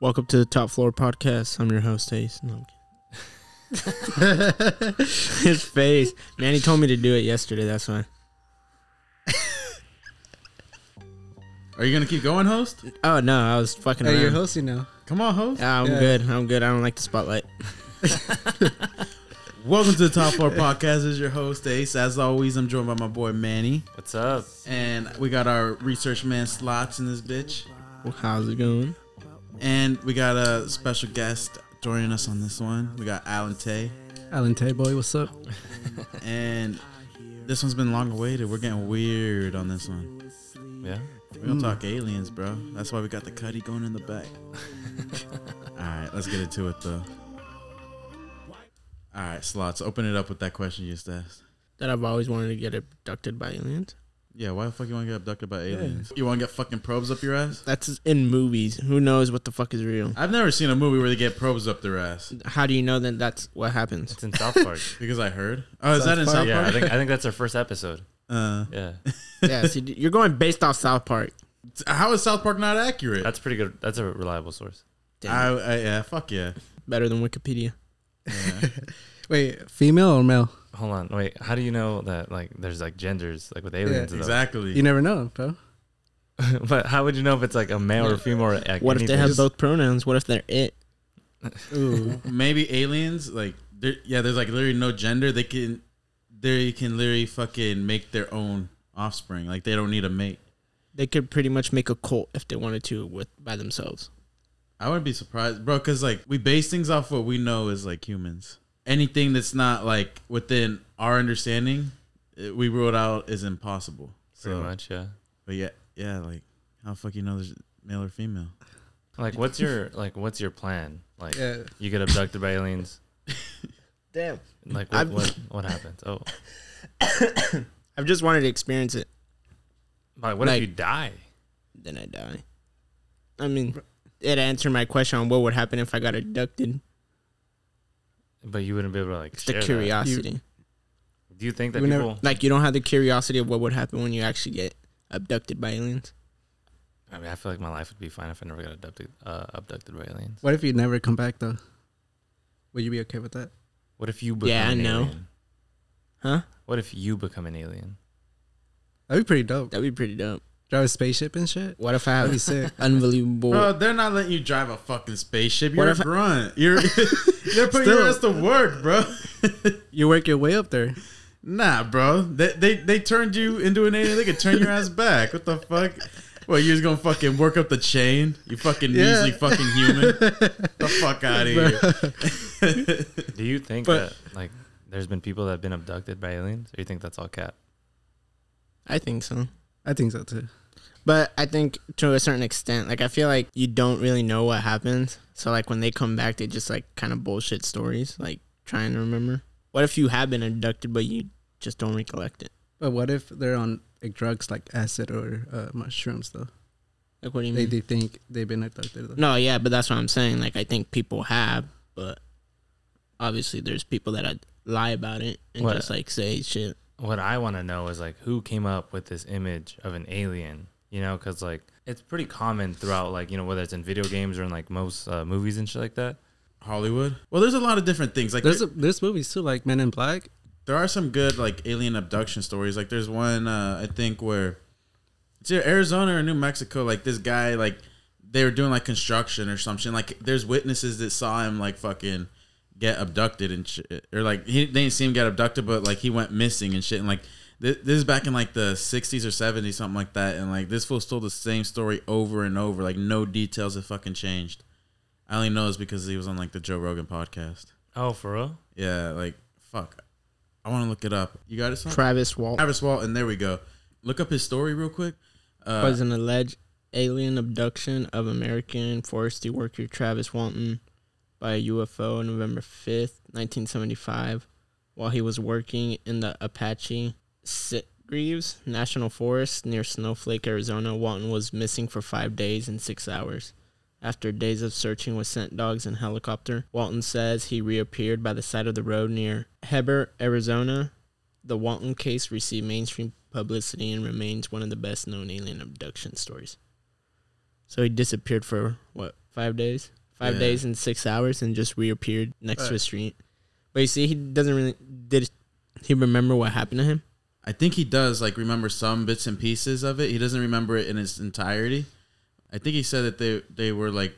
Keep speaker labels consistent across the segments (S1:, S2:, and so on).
S1: Welcome to the Top Floor Podcast. I'm your host, Ace. No, I'm kidding. His face. Man, he told me to do it yesterday. That's why.
S2: Are you gonna keep going, host?
S1: Oh, no. I was fucking
S3: Hey, you're
S1: around.
S3: hosting now.
S2: Come on, host.
S1: Ah, I'm
S3: Yeah.
S1: good. I'm good. I don't like the spotlight.
S2: Welcome to the Top Floor Podcast. This is your host Ace. As always, I'm joined by my boy Manny,
S4: What's up?
S2: and we got our research man Slots in this bitch,
S1: Well, how's it going?
S2: and we got a special guest joining us on this one. We got Alan Tay,
S3: Alan Tay boy, what's up?
S2: and this one's been long awaited. We're getting weird on this one.
S4: Yeah.
S2: We're gonna talk aliens, bro. That's why we got the cutty going in the back. All right, let's get into it though. All right, Slots, open it up with that question you just asked.
S1: That I've always wanted to get abducted by aliens.
S2: Yeah, why the fuck you want to get abducted by aliens? You want to get fucking probes up your ass?
S1: That's in movies. Who knows what the fuck is real?
S2: I've never seen a movie where they get probes up their ass
S1: How do you know that that's what happens?
S4: It's in South Park.
S2: because I heard. Oh, is that in
S3: South
S2: South
S4: yeah, I
S2: Park?
S4: think I think that's our first episode.
S2: Uh,
S4: Yeah.
S1: yeah, see, you're going based off South Park.
S2: how is South Park not accurate?
S4: That's pretty good. That's a reliable source.
S2: I,
S1: Damn,
S2: I, yeah, fuck yeah.
S1: better than Wikipedia.
S2: Yeah.
S3: Wait, female or male?
S4: Hold on. Wait, how do you know that like there's like genders like with aliens though?
S2: exactly.
S3: You never know, bro.
S4: but how would you know if it's like a male or female or like,
S1: What if they
S4: anything?
S1: have both pronouns? What if they're it?
S3: Ooh.
S2: Maybe aliens, like, there- yeah, there's like literally no gender. They can, they can literally fucking make their own offspring. Like, they don't need a mate.
S1: They could pretty much make a cult if they wanted to with by themselves.
S2: I wouldn't be surprised, bro, because like we base things off what we know is like humans. Anything that's not like within our understanding, it, we ruled out is impossible.
S4: pretty
S2: So,
S4: much, yeah.
S2: but yeah, yeah, like how the fuck you know there's male or female?
S4: Like what's your like what's your plan? Like
S3: Yeah.
S4: you get abducted by aliens.
S1: Damn.
S4: Like what
S1: I'm-
S4: what, what happens? Oh.
S1: I've just wanted to experience it.
S4: Like what
S1: Like-
S4: if you die?
S1: Then I die. I mean, it answered my question on what would happen if I got abducted.
S4: But you wouldn't be able to like
S1: It's
S4: share
S1: the
S4: that.
S1: curiosity.
S4: Do you think that
S3: We never-
S4: people
S1: Like, you don't have the curiosity of what would happen when you actually get abducted by aliens.
S4: I mean I feel like my life would be fine if I never got abducted uh, abducted by aliens.
S3: What if you never come back though? Would you be okay with that?
S4: What if you become
S1: Yeah, I
S4: an
S1: know.
S4: alien?
S1: Huh?
S4: What if you become an alien?
S3: That'd be pretty dope.
S1: That'd be pretty dope.
S3: Drive a spaceship and shit.
S1: What if I
S3: That'd be
S1: have
S3: sick.
S1: unbelievable.
S2: Bro, they're not letting you drive a fucking spaceship.
S1: What
S2: You're a
S1: if I-
S2: grunt. You're they're putting your
S3: Still.
S2: ass to work, bro.
S3: You work your way up there.
S2: nah, bro. They, they they turned you into an alien. They could turn your ass back. What the fuck? Well, you're just gonna fucking work up the chain. You fucking
S3: Yeah.
S2: measly fucking human. the fuck out of here.
S4: Do you think
S2: But-
S4: that like there's been people that have been abducted by aliens, or you think that's all cap?
S1: I think so.
S3: I think so too.
S1: But I think to a certain extent, like, I feel like you don't really know what happens. So, like, when they come back, they just, like, kind of bullshit stories, like, trying to remember. What if you have been abducted, but you just don't recollect it?
S3: But what if they're on like drugs like acid or uh, mushrooms though?
S1: Like, what do you
S3: They
S1: mean?
S3: they think they've been abducted. Though.
S1: Mm-hmm. No, yeah, but that's what I'm saying. Like, I think people have, but obviously there's people that I'd lie about it and
S4: What?
S1: just like say shit.
S4: What I want to know is like who came up with this image of an alien, you know? Because like it's pretty common throughout, like you know, whether it's in video games or in like most uh, movies and shit like that.
S2: Hollywood. Well, there's a lot of different things. Like
S3: There's
S2: there,
S3: a, there's movies too like Men in Black.
S2: there are some good like alien abduction stories. Like there's one uh, I think where it's either Arizona or New Mexico. Like this guy, like they were doing like construction or something. Like there's witnesses that saw him like fucking get abducted and shit, or like he they didn't see him get abducted, but like he went missing and shit. And like thi- this is back in like the 60s or 70s, something like that. And like this fool's told the same story over and over. Like no details have fucking changed. I only know this because he was on like the Joe Rogan podcast.
S4: Oh, for real?
S2: Yeah, like fuck. I want to look it up. You got it, son?
S1: Travis Walt
S2: Travis Walton. There we go. Look up his story real quick. Uh,
S1: was an alleged alien abduction of American forestry worker Travis Walton by a UFO on November 5th, 1975, while he was working in the Apache Sitgreaves National Forest near Snowflake, Arizona. Walton was missing for five days and six hours. After days of searching with scent dogs and helicopter, Walton says he reappeared by the side of the road near Heber, Arizona. The Walton case received mainstream publicity and remains one of the best known alien abduction stories. So he disappeared for what, five days, five
S2: Yeah.
S1: days and six hours, and just reappeared next to
S3: Right.
S1: a street. But you see, he doesn't really did. He remember what happened to him.
S2: I think he does like remember some bits and pieces of it. He doesn't remember it in its entirety. I think he said that they they were like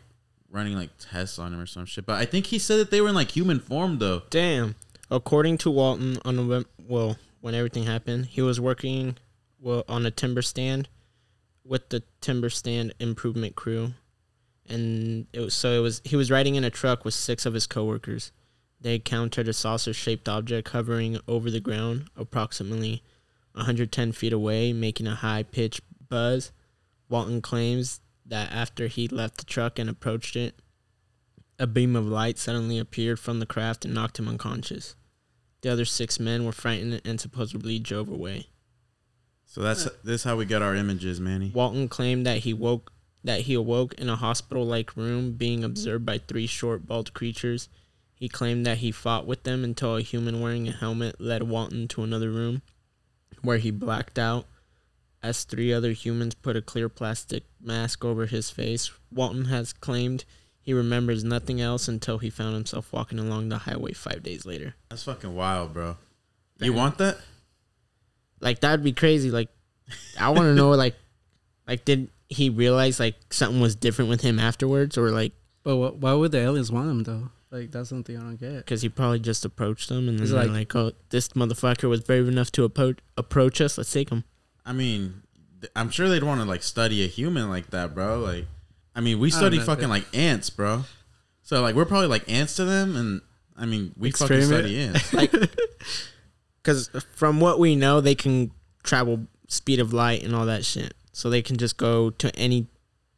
S2: running like tests on him or some shit. But I think he said that they were in like human form though.
S1: Damn. According to Walton, on November, well, when everything happened, he was working well on a timber stand with the timber stand improvement crew, and it was so it was he was riding in a truck with six of his coworkers. They encountered a saucer-shaped object hovering over the ground, approximately 110 feet away, making a high-pitched buzz. Walton claims that after he left the truck and approached it, a beam of light suddenly appeared from the craft and knocked him unconscious. The other six men were frightened and supposedly drove away.
S2: So that's this is how we get our images, Manny.
S1: Walton claimed that he woke that he awoke in a hospital-like room being observed by three short bald creatures. He claimed that he fought with them until a human wearing a helmet led Walton to another room where he blacked out as three other humans put a clear plastic mask over his face. Walton has claimed he remembers nothing else until he found himself walking along the highway 5 days later.
S2: That's fucking wild, bro. You want that?
S1: Like that'd be crazy. Like I want to know like like did he realize like something was different with him afterwards or like
S3: But wh- why would the aliens want him though? Like that's something I don't get.
S1: because he probably just approached them and then
S3: He's
S1: they're like,
S3: like-
S1: oh this motherfucker was brave enough to appro- approach us let's take him
S2: I mean, th- I'm sure they'd want to like study a human like that, bro. Like, I mean, we
S1: Oh,
S3: don't
S2: study
S3: know.
S2: fucking like ants, bro. So like, we're probably like ants to them, and I mean, we fucking
S3: Experiment.
S2: study ants.
S1: because from what we know they can travel speed of light and all that shit so they can just go to any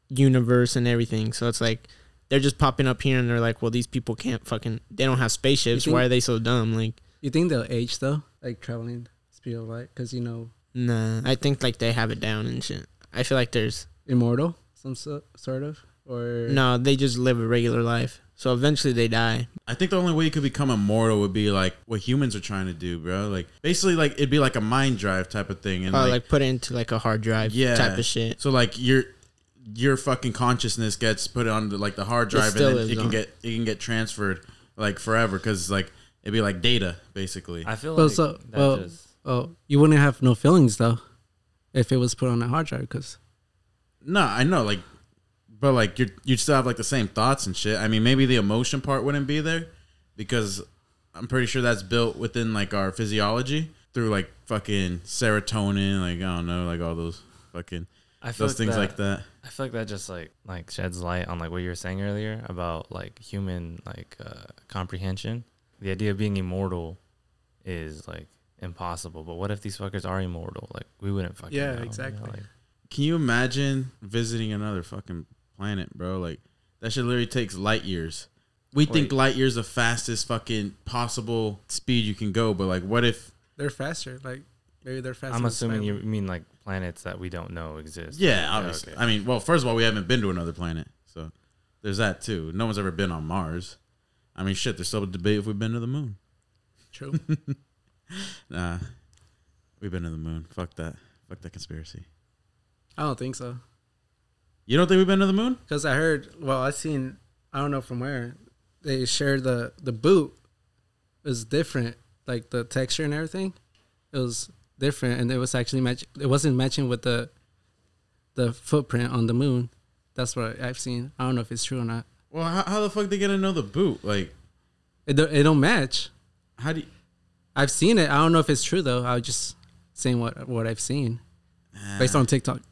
S1: universe and everything so it's like they're just popping up here and they're like well these people can't fucking they don't have spaceships
S3: think-
S1: why are they so dumb like
S3: You think they'll age though? Like traveling speed of light, because you know
S1: Nah, I think like they have it down and shit. I feel like there's
S3: immortal, some so- sort of, or
S1: no, they just live a regular life. So eventually they die.
S2: I think the only way you could become immortal would be like what humans are trying to do, bro. Like, basically, like it'd be like a mind drive type of thing, and
S1: Or
S2: like,
S1: Oh, like put it into like a hard drive
S2: yeah,
S1: type of shit.
S2: So like your your fucking consciousness gets put on the, like the hard drive,
S1: still
S2: and then
S1: is
S2: it can
S1: on.
S2: get it can get transferred like forever because like it'd be like data basically.
S4: I feel
S3: Well,
S4: like
S3: so-
S4: that
S3: well-
S4: just
S3: oh, you wouldn't have no feelings though, if it was put on a hard drive, because
S2: No, I know, like, but like you you'd still have like the same thoughts and shit. I mean, maybe the emotion part wouldn't be there because I'm pretty sure that's built within like our physiology through like fucking serotonin, like I don't know, like all those fucking
S4: I feel
S2: those things like that.
S4: I feel like that just like like sheds light on like what you were saying earlier about like human like uh, comprehension. The idea of being immortal is like impossible. But what if these fuckers are immortal? Like we wouldn't fucking
S3: Yeah,
S4: know, you
S3: exactly.
S4: Like,
S2: Can you imagine visiting another fucking planet, bro? Like that shit literally takes light years. We think
S4: Wait.
S2: light years the fastest fucking possible speed you can go, but like, what if?
S3: they're faster. Like maybe they're faster.
S4: I'm assuming you mean like planets that we don't know exist.
S2: Yeah, obviously. I mean, well, first of all, we haven't been to another planet, so there's that too. No one's ever been on Mars. I mean, shit. There's still a debate if we've been to the moon.
S3: True.
S2: Nah, we've been to the moon. Fuck that. Fuck that conspiracy.
S3: I don't think so.
S2: You don't think we've been to the moon?
S3: Because I heard, well, I seen, I don't know from where, they shared the the boot was different, like the texture and everything, it was different, and it was actually match. It wasn't matching with the the footprint on the moon. That's what I've seen. I don't know if it's true or not.
S2: Well, how, how the fuck they gonna know the boot? Like,
S3: It don't, it don't match.
S2: how do you?
S3: I've seen it. I don't know if it's true though. I was just saying what what I've seen based on TikTok.
S2: ah,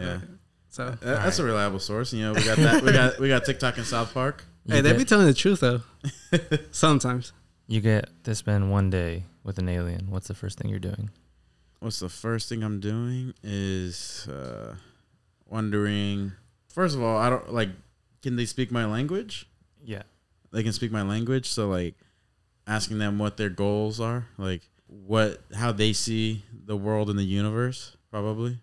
S2: Yeah.
S3: So
S2: That- that's a reliable source. You know, we got that. we got we got TikTok in South Park.
S3: hey, they be telling the truth though. Sometimes
S4: You get to spend one day with an alien. What's the first thing you're doing?
S2: What's the first thing I'm doing is uh, wondering. First of all, I don't like. Can they speak my language?
S4: Yeah.
S2: They can speak my language, so like asking them what their goals are, like what how they see the world and the universe, probably.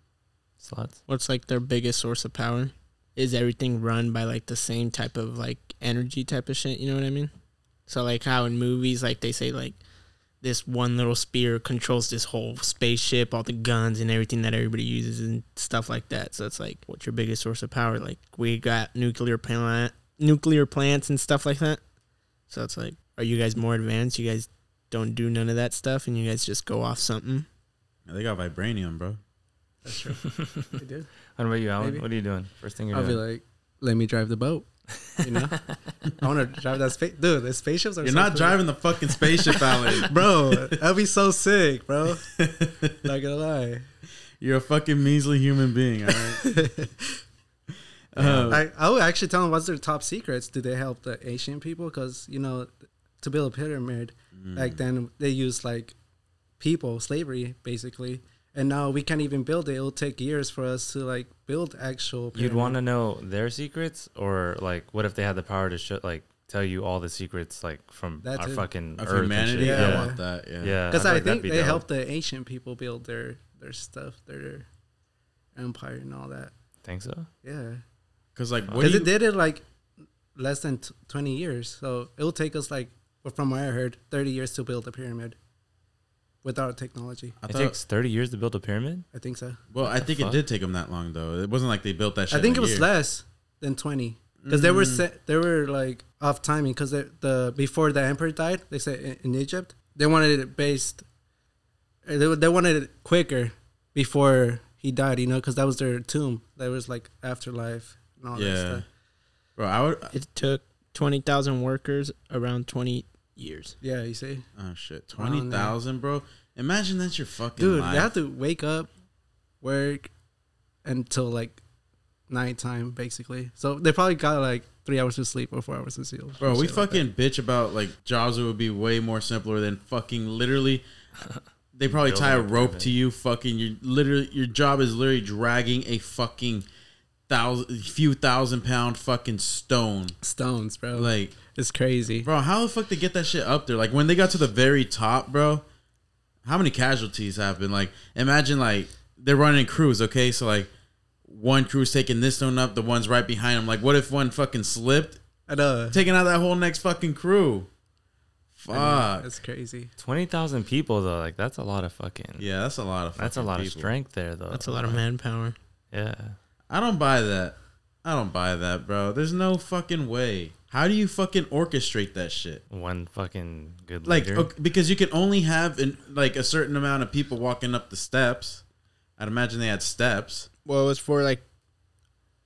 S4: Sluts.
S1: What's like their biggest source of power? Is everything run by like the same type of like energy type of shit? You know what I mean? So like how in movies like they say like this one little spear controls this whole spaceship, all the guns and everything that everybody uses and stuff like that. So it's like, what's your biggest source of power? Like we got nuclear plant, nuclear plants and stuff like that. So it's like, are you guys more advanced? You guys don't do none of that stuff, and you guys just go off something.
S2: They got vibranium, bro.
S3: That's true. I did.
S4: What about you, Alan?
S3: Maybe.
S4: What are you doing? First thing you're
S3: I'll be
S4: doing.
S3: like, let me drive the boat. You know, I want to drive that space. Dude, the spaceships are.
S2: You're
S3: so
S2: not
S3: cool.
S2: driving the fucking spaceship, Alan.
S3: bro. That'd be so sick, bro. not gonna lie.
S2: You're a fucking measly human being. All right. Uh,
S3: I, I would actually tell them what's their top secrets. Do they help the Asian people? Because you know, to build a pyramid
S2: mm.
S3: back then, they used like people, slavery basically, and now we can't even build it. It'll take years for us to like build actual.
S4: You'd
S3: pyramid.
S4: want to know their secrets, or like, what if they had the power to show, like tell you all the secrets, like from
S3: That
S4: our
S3: too.
S4: fucking
S2: of
S4: Earth and
S2: humanity,
S4: shit.
S3: yeah.
S2: I
S4: Yeah,
S2: want that. Yeah.
S4: yeah.
S3: because
S4: I feel
S3: I
S4: like that'd
S3: think
S4: be
S3: they
S4: dope.
S3: helped the ancient people build their their stuff, their empire and all that.
S4: Think so?
S3: Yeah,
S2: Cause like, what do
S3: because
S2: you,
S3: it did it like less than t- twenty years, so it'll take us like, well, from what I heard, thirty years to build a pyramid without technology.
S2: I
S4: it
S2: thought,
S4: takes thirty years to build a pyramid.
S3: I think so.
S2: well, I think it
S4: fuck?
S2: did take them that long though. It wasn't like they built that shit.
S3: I think
S2: in
S3: it
S2: a
S3: was
S2: year.
S3: less than twenty because they
S2: Mm.
S3: were set, they were like off timing because the before the emperor died, they said in, in Egypt they wanted it based, uh, they, wa- they wanted it quicker before he died, you know, because that was their tomb. That was like afterlife and all that
S2: Mm. Yeah.
S3: stuff.
S2: Bro, I would.
S1: It took twenty thousand workers around twenty years.
S3: Yeah, you see,
S2: Oh shit,
S3: I don't know.
S2: twenty thousand, bro. Imagine that's your fucking
S3: dude,
S2: life.
S3: they have to wake up, work until like nighttime basically. So they probably got like three hours of sleep or four hours of sleep.
S2: Bro, we
S3: Shit like that.
S2: fucking bitch about like jobs that would be way more simpler than fucking literally. They probably tie a
S4: Building a
S2: rope
S4: pyramid.
S2: to you. Fucking, you literally your job is literally dragging a fucking thousand, few thousand pound fucking stone.
S3: stones, bro.
S2: Like,
S3: It's crazy.
S2: bro, how the fuck they get that shit up there? Like when they got to the very top, bro. How many casualties happen? Like, imagine like they're running crews, okay? So like, one crew's taking this stone up, the one's right behind them. Like, what if one fucking slipped,
S3: I know.
S2: taking out that whole next fucking crew?
S3: I know.
S2: Fuck.
S3: That's crazy.
S4: Twenty thousand people though, like that's a lot of fucking.
S2: Yeah, that's a lot of.
S4: That's a
S2: fucking
S4: lot of
S2: people.
S4: strength there though.
S1: That's a lot of manpower.
S4: Yeah.
S2: I don't buy that. I don't buy that, bro. There's no fucking way. How do you fucking orchestrate that shit?
S4: One fucking good
S2: Like,
S4: leader.
S2: okay, because you can only have an, like a certain amount of people walking up the steps. I'd imagine they had steps.
S1: Well, it was for like,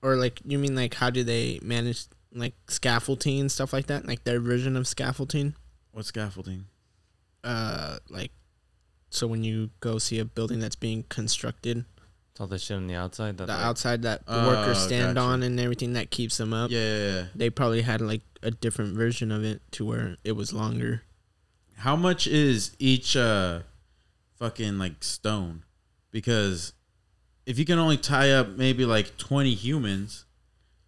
S1: or like you mean like how do they manage like scaffolding and stuff like that? Like their version of scaffolding.
S2: What scaffolding?
S1: Uh, like so when you go see a building that's being constructed,
S4: It's all the shit on the outside. That
S1: the
S4: like,
S1: outside that the
S2: Oh,
S1: workers stand
S2: gotcha.
S1: on and everything that keeps them up.
S2: Yeah, yeah, yeah.
S1: They probably had like a different version of it to where it was longer.
S2: How much is each uh fucking like stone? Because if you can only tie up maybe like twenty humans,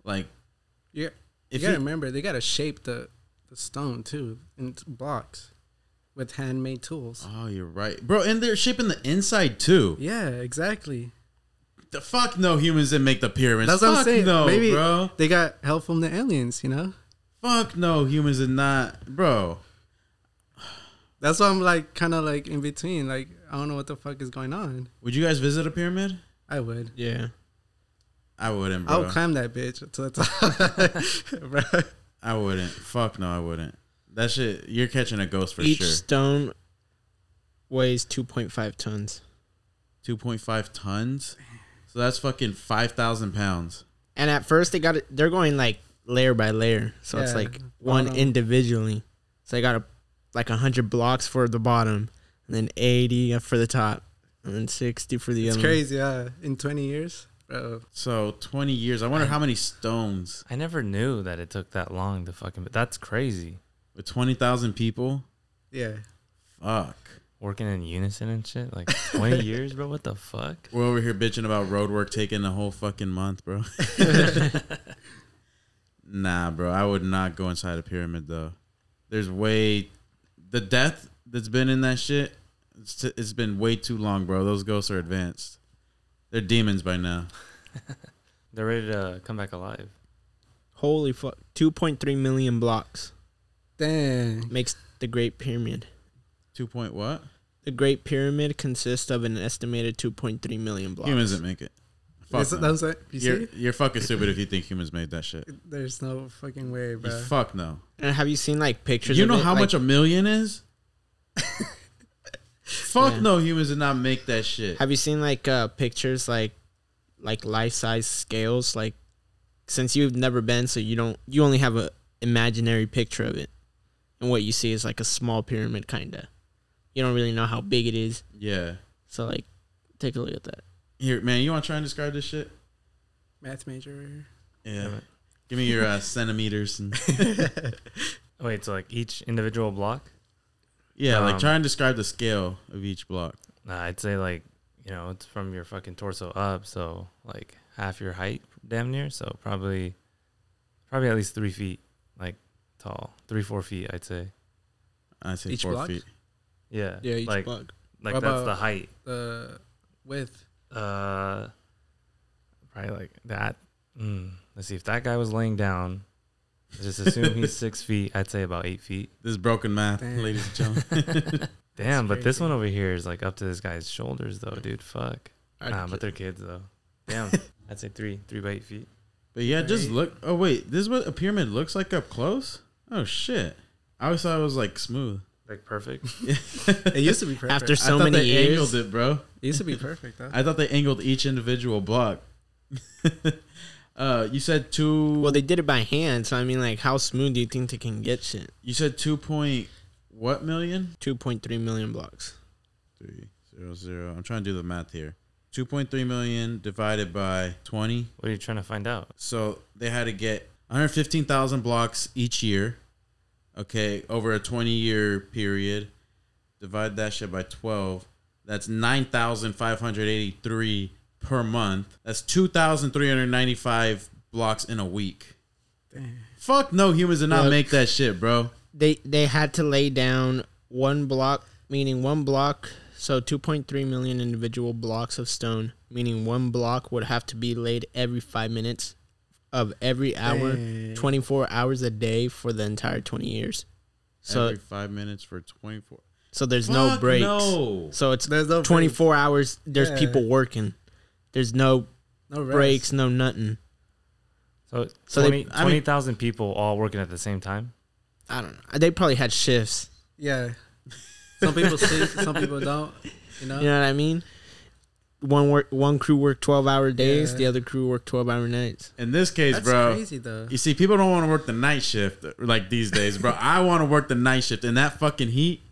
S2: like
S3: Yeah.
S2: if
S3: you gotta
S2: you,
S3: remember, they gotta shape the, the stone too in t- blocks with handmade tools.
S2: oh, you're right, bro, and they're shipping the inside too.
S3: Yeah, exactly.
S2: The fuck no humans didn't make the pyramids.
S3: That's
S2: fuck
S3: what I'm saying.
S2: No,
S3: Maybe
S2: bro.
S3: they got help from the aliens, you know?
S2: Fuck no humans did not, bro.
S3: That's why I'm like kind of like in between. Like, I don't know what the fuck is going on.
S2: Would you guys visit a pyramid?
S3: I would.
S1: Yeah.
S2: I wouldn't,
S3: I
S2: bro.
S3: would climb that bitch to the top. Bro.
S2: I wouldn't. Fuck no, I wouldn't. That shit, you're catching a ghost for
S1: Each
S2: sure.
S1: stone weighs 2.5 tons.
S2: Two point five tons. So that's fucking five thousand pounds.
S1: And at first they got it they're going like layer by layer. So it's
S3: Yeah,
S1: like one
S3: bottom.
S1: individually. So they got a like 100 blocks for the bottom and then 80 for the top and then 60 for the
S3: It's
S1: other.
S3: crazy. Yeah. In 20 years, bro.
S2: So twenty years. I wonder how many stones
S4: I never knew that it took that long to fucking. But that's crazy.
S2: with twenty thousand people.
S3: Yeah.
S2: Fuck.
S4: Working in unison and shit. Like twenty years, bro. What the fuck?
S2: We're over here bitching about road work taking a whole fucking month, bro. nah, bro. I would not go inside a pyramid though. There's way the death that's been in that shit. It's, t- it's been way too long, bro. Those ghosts are advanced. They're demons by now.
S4: They're ready to come back alive.
S1: Holy fuck. 2.3 million blocks
S3: Dang.
S1: makes the Great Pyramid.
S2: Two point what?
S1: The Great Pyramid consists of an estimated 2.3 million blocks.
S2: Humans didn't make it. Fuck
S3: That's,
S2: no.
S3: that's what you
S2: you're,
S3: see.
S2: you're fucking stupid if you think humans made that shit.
S3: There's no fucking way,
S2: You
S3: bro.
S2: fuck no.
S1: And have you seen like pictures?
S2: You
S1: of
S2: know
S1: it?
S2: how
S1: Like,
S2: much a million is? Fuck
S1: Yeah.
S2: no, humans did not make that shit.
S1: Have you seen like uh pictures like like life size scales? Like since you've never been, so you don't you only have a imaginary picture of it, and what you see is like a small pyramid kinda. You don't really know how big it is,
S2: Yeah.
S1: so like take a look at that.
S2: Here, man, you want to try and describe this shit?
S3: Math major.
S2: Yeah. Give me your uh, centimeters and
S4: Wait, so like each individual block?
S2: yeah, like
S4: Um,
S2: try and describe the scale of each block.
S4: Nah, I'd say like you know it's from your fucking torso up, so like half your height, damn near. So probably, probably at least three feet, like tall, three four feet. I'd say.
S2: I say
S3: Each
S2: four
S3: block?
S2: feet.
S4: Yeah. like
S1: like, block.
S4: like
S3: What
S4: that's
S3: about-
S4: the height.
S3: The width.
S4: Uh, probably like that. Mm, let's see if that guy was laying down. let's Just assume he's six feet. I'd say about eight feet.
S2: This is broken math,
S3: Damn.
S2: ladies and gentlemen.
S4: Damn, but this
S3: crazy.
S4: one over here is like up to this guy's shoulders, though, dude. Fuck.
S1: I'd
S4: Nah,
S1: ju-
S4: but they're kids, though. Damn, I'd say three, three by eight feet.
S2: But yeah, just
S3: Right.
S2: look. Oh wait, this is what a pyramid looks like up close. Oh shit! I always thought it was like smooth.
S4: Like perfect.
S3: It used to be perfect.
S1: After
S2: I
S1: so
S2: thought
S1: many
S2: they angled
S1: years,
S2: it, bro.
S3: it used to be perfect though.
S2: I thought they angled each individual block. uh, you said two.
S1: well, they did it by hand. So I mean, like, how smooth do you think they can get shit?
S2: you said two point what million?
S1: 2.3 million blocks.
S2: Three zero zero. I'm trying to do the math here. Two point three million divided by twenty.
S4: What are you trying to find out?
S2: So they had to get 115,000 blocks each year. Okay, over a 20 year period. Divide that shit by 12. That's 9,583 per month. That's 2,395 blocks in a week. Fuck no, humans did not
S1: Look.
S2: make that shit, bro.
S1: they they had to lay down one block meaning one block so 2.3 million individual blocks of stone meaning one block would have to be laid every five minutes of every hour 24 hours a day for the entire 20 years so
S2: Every five minutes for 24.
S1: so there's no
S2: Fuck
S1: breaks
S2: No.
S1: so it's
S3: There's no
S1: 24 hours there's
S3: Yeah.
S1: people working there's no
S3: No rest.
S1: breaks no nothing
S4: So,
S1: So they-
S4: 20
S1: I mean-
S4: 20,000 people all working at the same time?
S1: i don't know they probably had shifts
S3: Yeah. Some people sleep. some people don't. You know.
S1: You know what I mean? One work, one crew work twelve hour days,
S3: Yeah.
S1: the other crew work twelve hour nights.
S2: In this case,
S3: That's
S2: bro.
S3: crazy though.
S2: You see, people don't want to work the night shift like these days, bro. I want to work the night shift in that fucking heat.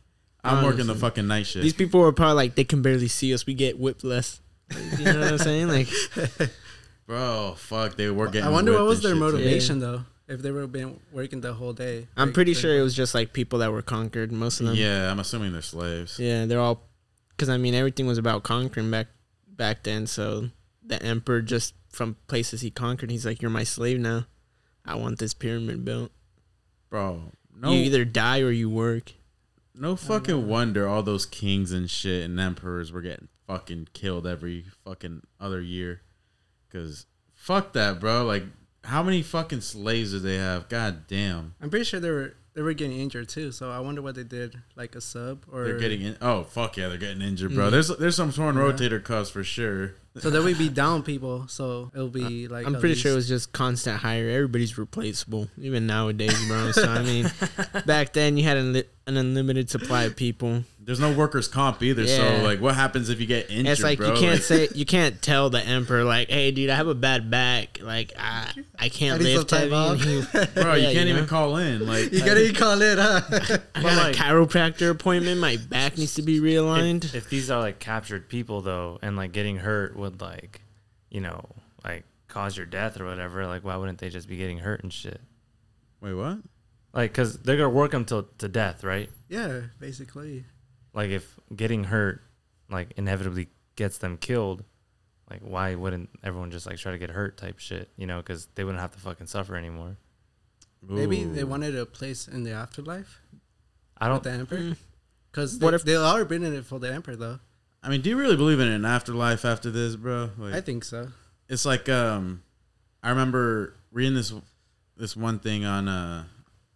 S2: I'm working the
S1: Honestly.
S2: fucking night shift.
S1: These people were probably like, they can barely see us. We get whipped less. You know what I'm saying? Like,
S2: Bro, fuck, they were getting.
S3: I wonder what
S2: whipped and
S3: was their
S2: shit, too.
S3: motivation though. If they were been working the whole day.
S1: I'm
S3: Like,
S1: pretty
S3: the-
S1: sure it was just like people that were conquered. Most of them, yeah,
S2: Yeah, I'm assuming they're slaves.
S1: they're all, because I mean, everything was about conquering back back then. So the emperor just from places he conquered, he's like, "You're my slave now. I want this pyramid built.
S2: Bro, no,
S1: You either die or you work."
S2: no fucking wonder all those kings and shit and emperors were getting fucking killed every fucking other year. Cause fuck that, bro. Like, how many fucking slaves did they have? God damn,
S3: I'm pretty sure they were they were getting injured too. So I wonder what they did, like a sub or
S2: they're getting in. Oh fuck yeah, they're getting injured, bro. There's there's some torn rotator cuffs for sure.
S3: So then we'd be down people. So it'll be like
S1: I'm
S3: at
S1: pretty sure it
S3: least-
S1: was just constant hire. Everybody's replaceable, even nowadays, bro. so I mean, back then you had an, li- an unlimited supply of people.
S2: There's no workers comp either.
S1: Yeah.
S2: So like, what happens if you get injured?
S1: it's like
S2: bro?
S1: you can't
S2: Like-
S1: say you can't tell the emperor like, "Hey, dude, I have a bad back. Like, I I can't
S3: I need
S1: lift
S3: some time
S1: heavy." And he,
S2: bro. you
S1: Yeah,
S2: can't
S1: you
S2: even
S1: know?
S2: call in. Like,
S3: You gotta call it, huh?
S1: I got a chiropractor appointment. My back needs to be realigned.
S4: If, if these are like captured people, though, and like getting hurt would like, you know, like cause your death or whatever, like why wouldn't they just be getting hurt and shit?
S2: wait, what?
S4: Like, cause they're gonna work them till to death, right?
S3: yeah, basically.
S4: Like, if getting hurt, like, inevitably gets them killed, like, why wouldn't everyone just like try to get hurt type shit, you know? Cause they wouldn't have to fucking suffer anymore.
S3: Maybe they
S2: Ooh.
S3: wanted a place in the afterlife
S4: I
S3: with
S4: don't.
S3: the emperor.
S1: Mm.
S3: Because
S1: What
S3: they,
S1: if-
S3: they are been in it for the emperor though.
S2: I mean, do you really believe in an afterlife after this, bro? Like,
S3: I think so.
S2: it's like um, I remember reading this this one thing on uh,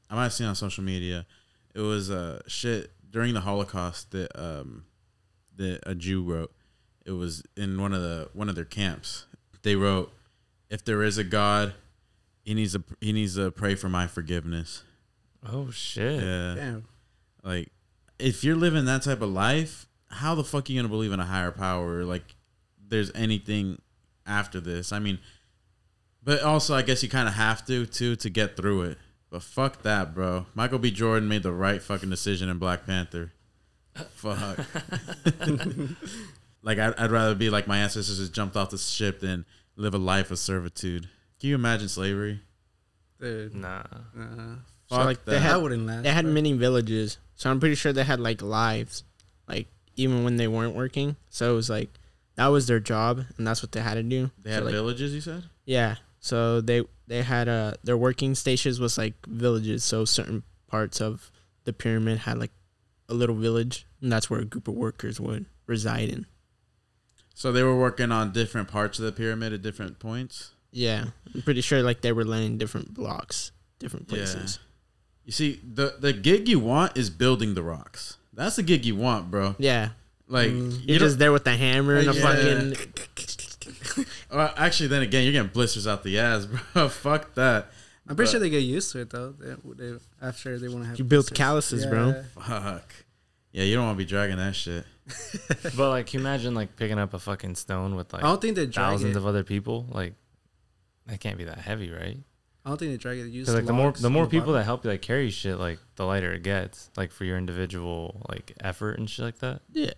S2: I might have seen it on social media. It was uh shit during the Holocaust that um that a Jew wrote. It was in one of the one of their camps. They wrote, "If there is a God, he needs to he needs to pray for my forgiveness."
S4: Oh shit.
S2: Yeah,
S3: Damn.
S2: like if you're living that type of life, how the fuck are you gonna believe in a higher power? Like, there's anything after this? I mean, but also I guess you kind of have to too to get through it. But fuck that, bro. Michael B. Jordan made the right fucking decision in Black Panther. Fuck. like I'd, I'd rather be like my ancestors just jumped off the ship than live a life of servitude. Can you imagine slavery?
S3: Dude.
S4: Nah.
S3: Uh,
S1: So,
S2: Fuck
S1: like, they
S2: that.
S1: had-
S3: I wouldn't last.
S1: They had
S3: bro.
S1: many villages, so I'm pretty sure they had like lives, like even when they weren't working. So it was like that was their job, and that's what they had to do.
S2: they
S1: So,
S2: had
S1: like,
S2: villages. You said.
S1: Yeah. So they they had uh their working stations was like villages. So certain parts of the pyramid had like a little village, and that's where a group of workers would reside in.
S2: So they were working on different parts of the pyramid at different points.
S1: Yeah, I'm pretty sure like they were laying different blocks, different
S2: Yeah.
S1: places.
S2: You see, the the gig you want is building the rocks. That's the gig you want, bro.
S1: Yeah,
S2: Like
S3: Mm.
S2: you
S1: you're just
S2: just
S1: there with the hammer and a
S2: Yeah.
S1: fucking.
S2: uh, actually. Then again, you're getting blisters out the ass, bro. Fuck that.
S3: I'm pretty
S2: but-
S3: sure they get used to it though. They, they, after they want to have.
S1: You built
S3: kisses.
S1: calluses, bro.
S3: Yeah.
S2: Fuck. Yeah, you don't want to be dragging that shit.
S4: But like, can you imagine like picking up a fucking stone with
S3: I
S4: like
S3: don't think they drag
S4: thousands
S3: it.
S4: of other people? Like, that can't be that heavy, right?
S3: I don't think they drag it. They use
S4: Because like the more
S3: logs
S4: the
S3: on
S4: more people
S3: bottom.
S4: that help you like carry shit, like the lighter it gets, like for your individual like effort and shit like that.
S1: Yeah.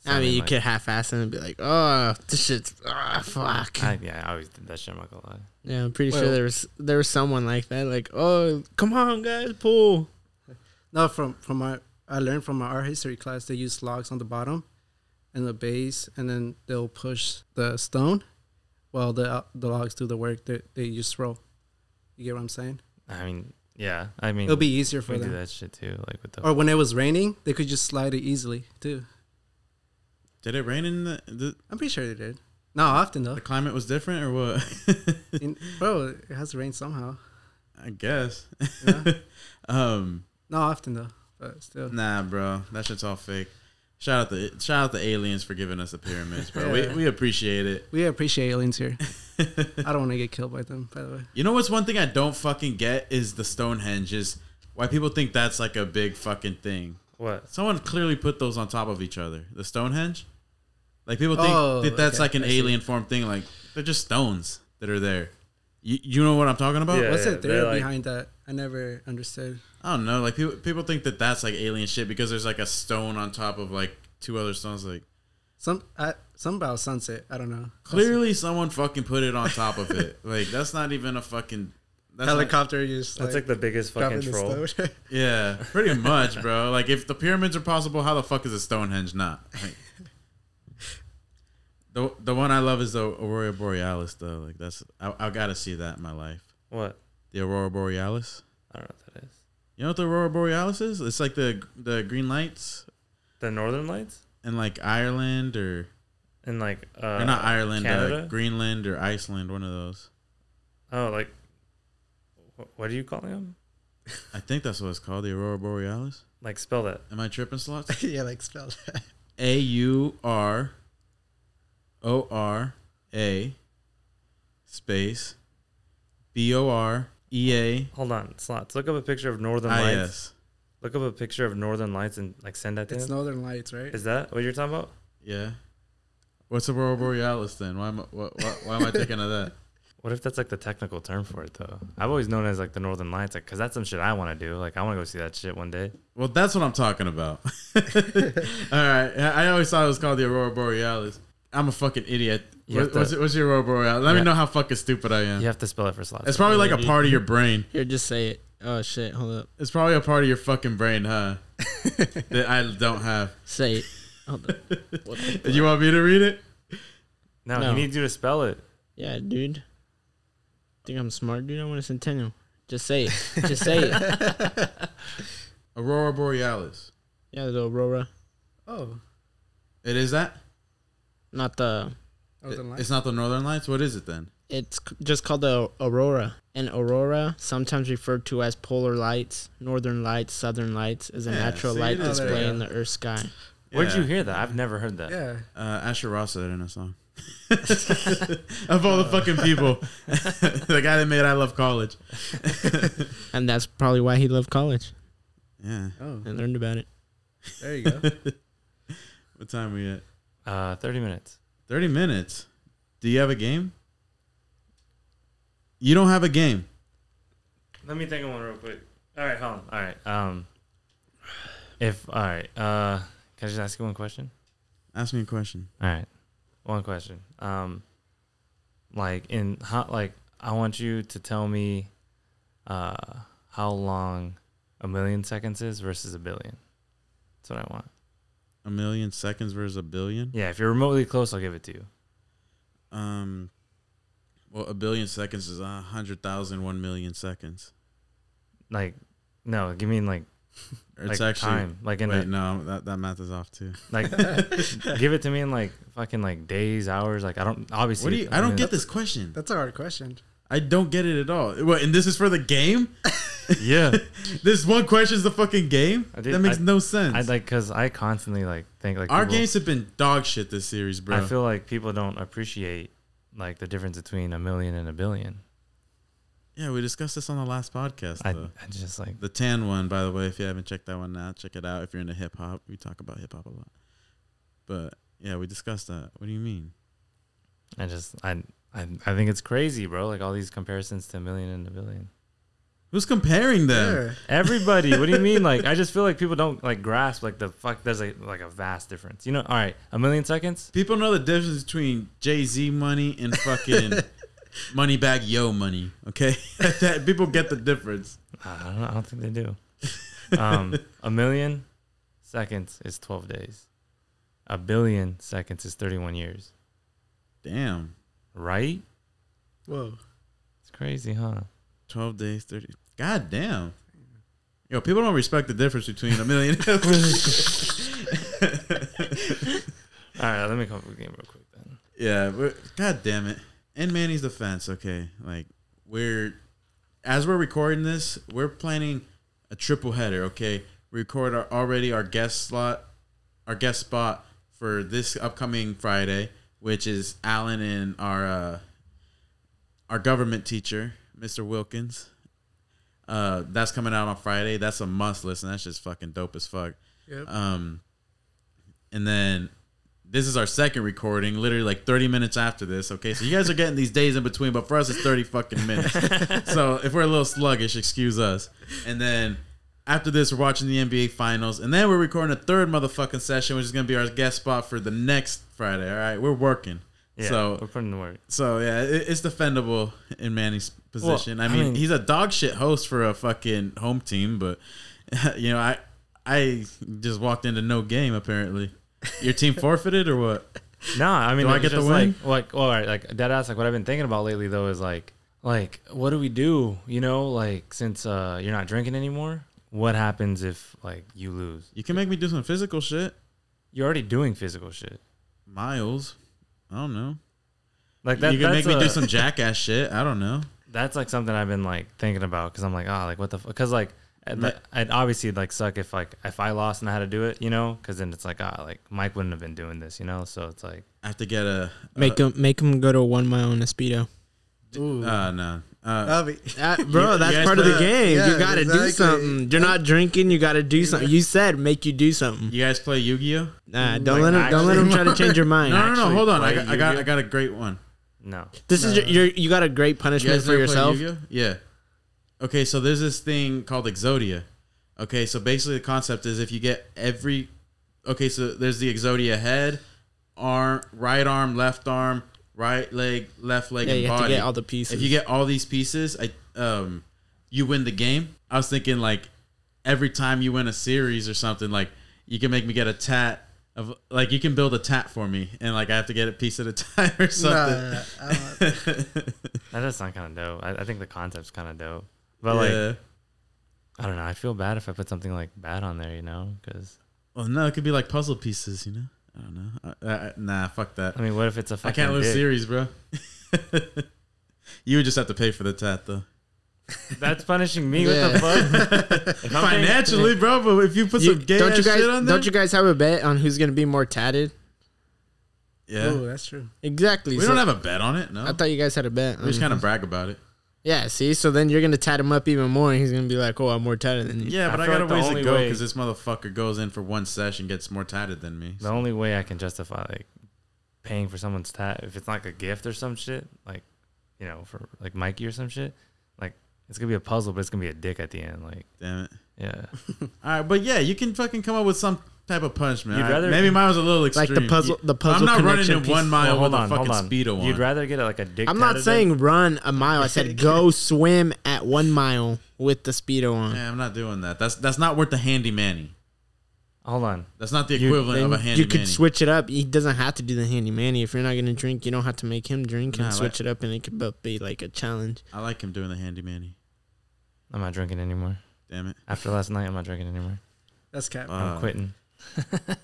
S4: So,
S1: I mean, you
S4: like,
S1: could half-ass it and be like, "Oh, this shit's ah, fuck."
S4: I, yeah, I always did that shit. I'm not gonna lie.
S1: yeah, I'm pretty sure
S3: Well-
S1: there was there was someone like that. Like, "Oh, come on, guys, pull."
S3: No, from from our I learned from my art history class they use logs on the bottom and the base, and then they'll push the stone while the the logs do the work. They they just roll. You get what I'm saying?
S4: I mean, yeah, I mean,
S3: It'll be easier for
S4: Mm. we do
S3: them.
S4: that shit too, like with the
S3: Or when it was raining, they could just slide it easily too.
S2: Did it rain in the the,
S3: I'm pretty sure they did. Not often though,
S2: the climate was different or what?
S3: In- bro. It has to rain somehow.
S2: I guess.
S3: Yeah.
S2: Um,
S3: Not often though, but still.
S2: nah, bro, that shit's all fake. Shout out to shout out to aliens for giving us the pyramids, bro.
S3: Yeah.
S2: We we appreciate it.
S3: We appreciate aliens here. I don't want to get killed by them, by the way.
S2: You know what's one thing I don't fucking get is the Stonehenge is why people think that's like a big fucking thing.
S4: what?
S2: Someone clearly put those on top of each other. The Stonehenge? Like people think
S3: Oh,
S2: that that's
S3: okay.
S2: like an
S3: I see.
S2: alien form thing. Like they're just stones that are there. You, you know what I'm talking about?
S4: Yeah,
S3: What's
S4: yeah,
S3: the theory
S4: they're like-
S3: behind that? I never understood.
S2: I don't know. Like people people think that that's like alien shit because there's like a stone on top of like two other stones. Like
S3: Some I, some about sunset. I don't know.
S2: clearly someone fucking put it on top of it. Like that's not even a fucking that's not-
S3: helicopter. You just like,
S4: the biggest
S3: dropping the stone.
S2: Yeah, pretty much, bro. Like, if the pyramids are possible, how the fuck is a Stonehenge not? Like, the the one I love is the Aurora Borealis, though. Like, that's I, I gotta see that in my life.
S4: What?
S2: The Aurora Borealis.
S4: I don't know what that is.
S2: You know what the Aurora Borealis is? It's like the the green lights
S4: The Northern Lights
S2: in like Ireland or,
S4: and like uh,
S2: or not Ireland, uh,
S4: Canada?
S2: Greenland or Iceland. One of those.
S4: Oh, like wh- what are you calling them?
S2: I think that's what it's called. The Aurora Borealis.
S4: Like spell that.
S2: Am I tripping, slots?
S3: yeah, like spelled.
S2: A U R O R A space B O R E A
S4: Hold on, slots. Look up a picture of Northern
S2: I
S4: Lights.
S2: S.
S4: Look up a picture of Northern Lights and like send that to
S3: It's
S4: him.
S3: Northern Lights, right?
S4: Is that what you're talking about?
S2: Yeah. What's Aurora Borealis then? Why am I, why, why, why am I thinking of that?
S4: What if that's like the technical term for it though? I've always known it as like the Northern Lights, like because that's some shit I want to do. Like I want to go see that shit one day.
S2: Well, that's what I'm talking about. All right. I I always thought it was called the Aurora Borealis. I'm a fucking idiot.
S4: You have
S2: What, what's,
S4: to-
S2: what's your Aurora Borealis? Let
S4: Yeah.
S2: me know how fucking stupid I am.
S4: You have to spell it for slots.
S2: It's probably like a part of your brain.
S1: Here, just say it. Oh shit, hold up.
S2: It's probably a part of your fucking brain, huh? that I don't have.
S1: Say it. Hold up. What the
S2: Do you want me to read it?
S4: no,
S1: No.
S4: he needs you to spell it.
S1: Yeah, dude. Think I'm smart, dude? I want a centennial. Just say it. Just say it.
S2: Aurora Borealis.
S1: Yeah, the aurora,
S3: Oh,
S2: It is that?
S1: not the.
S3: Northern
S2: It's
S3: Lights.
S2: not the Northern Lights? What is it then?
S1: It's c- just called the aurora. An aurora, sometimes referred to as polar lights, northern lights, southern lights, is a
S2: Yeah,
S1: natural
S2: see,
S1: light
S2: there you uh,
S1: display
S3: go.
S1: in the Earth's sky.
S4: Where'd you
S2: Yeah.
S4: hear that? I've never heard that.
S3: Yeah.
S2: Uh, Asher Ross said it in a song. of all the fucking people, the guy that made "I Love College."
S1: And that's probably why he loved college
S2: Yeah.
S3: Oh,
S1: and learned about it.
S3: there you go.
S2: What time we at?
S4: Uh, 30 minutes.
S2: Thirty minutes. Do you have a game? You don't have a game.
S4: Let me think of one real quick. All right, hold on. All right. Um, if, all right. Uh, can I just ask you one question?
S2: Ask me a question.
S4: All right. One question. Um, like in how, like I want you to tell me, uh, how long a million seconds is versus a billion. That's what I want.
S2: A million seconds versus a billion.
S4: Yeah, if you're remotely close, I'll give it to you.
S2: Um, well, a billion seconds is a hundred thousand, one million seconds.
S4: Like, no, give me in like
S2: Or It's
S4: like
S2: actually
S4: time, like in
S2: wait,
S4: a,
S2: no, that, that math is off too.
S4: like, give it to me in like fucking like days, hours. Like I don't obviously.
S2: What do you? I don't
S4: mean,
S2: get this question.
S3: That's a hard question.
S2: I don't get it at all. What? And this is for the game.
S4: Yeah,
S2: This one question is the fucking game?
S4: I did-
S2: that makes
S4: I-
S2: no sense.
S4: I like because I constantly like think like
S2: Our
S4: people-
S2: games have been dog shit this series, bro.
S4: I feel like people don't appreciate like the difference between a million and a billion.
S2: yeah, we discussed this on the last podcast,
S4: I,
S2: though.
S4: I just like
S2: The tan one, by the way, if you haven't checked that one out, check it out. If you're into hip hop, we talk about hip hop a lot. But yeah, we discussed that. What do you mean?
S4: I just I, I I think it's crazy, bro. Like all these comparisons to a million and a billion.
S2: Who's comparing them?
S3: Yeah.
S4: Everybody, what do you mean? Like I just feel like people don't like grasp like the fuck. There's like like a vast difference. You know? All right, a million seconds.
S2: People know the difference between Jay Z money and fucking money bag yo money. Okay, that, people get the difference.
S4: I don't know. I don't think they do. Um, a million seconds is twelve days. A billion seconds is thirty-one years.
S2: Damn,
S4: Right?
S3: Whoa.
S4: It's crazy, huh?
S2: twelve days, thirty. God damn. Yo, people don't respect the difference between a million.
S4: All right, let me come up with a game real quick then.
S2: Yeah, but god damn it. In Manny's defense, okay, like we're as we're recording this, we're planning a triple header. Okay, record our, already our guest slot, our guest spot for this upcoming Friday, which is Alan and our uh, our government teacher, Mr. Wilkins. Uh, that's coming out on Friday. That's a must listen. That's just fucking dope as fuck.
S3: Yep.
S2: Um, and then this is our second recording, literally like 30 minutes after this. Okay, so you guys are getting these days in between, but for us, it's 30 fucking minutes. so if we're a little sluggish, excuse us. And then after this, we're watching the NBA finals, and then we're recording a third motherfucking session, which is gonna be our guest spot for the next Friday. All right, we're working.
S4: Yeah, we're
S2: So,
S4: putting the work.
S2: so yeah, it, it's defendable in Manny's position.
S4: Well,
S2: I,
S4: I
S2: mean,
S4: mean-
S2: he's a dog shit host for a fucking home team, but you know, I I just walked into no game apparently. Your team forfeited or what?
S4: No, I mean,
S2: Do I
S4: like,
S2: get
S4: it's
S2: the
S4: just
S2: win?
S4: like, like, all right, like dead ass. Like, what I've been thinking about lately though is like, like, what do we do? You know, like, since uh, you're not drinking anymore, what happens if like you lose?
S2: You can make me do some physical shit.
S4: You're already doing physical shit.
S2: Miles. I don't know.
S4: Like that.
S2: you can
S4: that's
S2: make me do
S4: a-
S2: some jackass shit. I don't know.
S4: That's like something I've been like thinking about because I'm like, ah, like what the? Because like, I'd,
S2: Ma-
S4: I'd obviously like suck if like if I lost and I had to do it, you know? Because then it's like, ah, like Mike wouldn't have been doing this, you know? So it's like,
S2: I have to get a
S1: Make him make him go to a one mile in a speedo.
S3: Ooh.
S2: Uh, no. Uh,
S3: That'd be-
S2: bro,
S1: bro,
S2: You- that's
S1: that's
S2: you guys
S1: part of the
S2: play-
S1: game.
S3: yeah,
S1: you gotta do
S3: exactly.
S1: something. You're not drinking. You gotta do something. You said make you do something.
S2: you guys play Yu Gi Oh?
S1: Nah, don't let him. don't let him try to change your
S2: No,
S1: mind.
S2: no, no.
S4: actually
S2: Hold on. I
S4: play
S2: got, I got,
S4: Yu-Gi-Oh?
S2: I got a great one.
S4: no,
S1: This is your, your. You got a great
S2: You
S1: punishment
S2: guys
S1: for
S2: ever play
S1: yourself.
S2: Yu-Gi-Oh? Yeah. Okay, so there's this thing called Exodia. Okay, so basically the concept is if you get every, okay, so there's the Exodia head, arm, right arm, left arm, right leg, left leg,
S1: Yeah,
S2: and
S1: you have to
S2: body.
S1: get all the pieces.
S2: If you get all these pieces, I um, you win the game. I was thinking like every time you win a series or something, like you can make me get a tat of like you can build a tat for me, and like I have to get a piece at a time or something.
S3: Nah, I don't-
S4: that does sound kind of dope. I, I think the concept's kind of dope, but like.
S2: Yeah.
S4: I don't know. I feel bad if I put something like bad on there, you know? Because
S2: well, no, it could be like puzzle pieces, you know. I don't know. I, I, I- nah, fuck that.
S4: I mean, what if it's a
S2: I
S4: fucking
S2: can't lose
S4: dick?
S2: series, bro. You would just have to pay for the tat though.
S4: That's punishing me.
S1: Yeah.
S4: What the fuck? If I'm paying-
S2: Financially, bro, but if you put
S1: You-
S2: some gay
S1: don't you
S2: ass
S1: guys
S2: shit on there,
S1: don't you guys have a bet on who's gonna be more tatted?
S2: yeah,
S3: Oh, that's true.
S1: Exactly.
S2: we
S1: so
S2: don't have a bet on it. No,
S1: I thought you guys had a bet.
S2: we just
S1: on-
S2: kind of brag about it.
S1: yeah. See, so then you're gonna tat him up even more, and he's gonna be like, "Oh, I'm more tatted than you."
S2: Yeah,
S4: I
S2: but I,
S4: feel
S2: got
S4: like
S2: a
S4: the
S2: ways to
S4: only
S2: go
S4: way-
S2: because this motherfucker goes in for one session, gets more tatted than me.
S4: The only way I can justify like paying for someone's tat if it's like a gift or some shit, like you know, for like Mikey or some shit, like it's gonna be a puzzle, but it's gonna be a dick at the end. Like,
S2: Damn it!
S4: yeah,
S2: All right, but yeah, you can fucking come up with some type of punishment.
S4: You'd
S2: All right,
S4: rather-
S2: Maybe mine was a little
S1: Like
S2: extreme.
S1: the puzzle, the puzzle.
S2: I'm not running
S1: connection
S2: in
S1: piece.
S2: one mile
S4: Well,
S2: with a fucking speedo on.
S4: You'd rather get like a dick.
S1: I'm not
S4: tatted
S1: saying run a mile. I said go swim at one mile with the speedo on.
S2: Yeah, I'm not doing that. That's that's not worth the handy manny.
S4: than- Hold on,
S2: That's not the
S1: You-
S2: equivalent of a
S1: then
S2: handy
S1: You could
S2: manny.
S1: switch it up. He doesn't have to do the handy manny. If you're not gonna drink, you don't have to make him drink and
S2: Nah,
S1: switch it up, and it could both be like a challenge.
S2: I like him doing the handy manny.
S4: I'm not drinking anymore.
S2: Damn it,
S4: After last night, I'm not drinking anymore.
S3: That's cap.
S4: I'm
S2: Uh,
S4: quitting,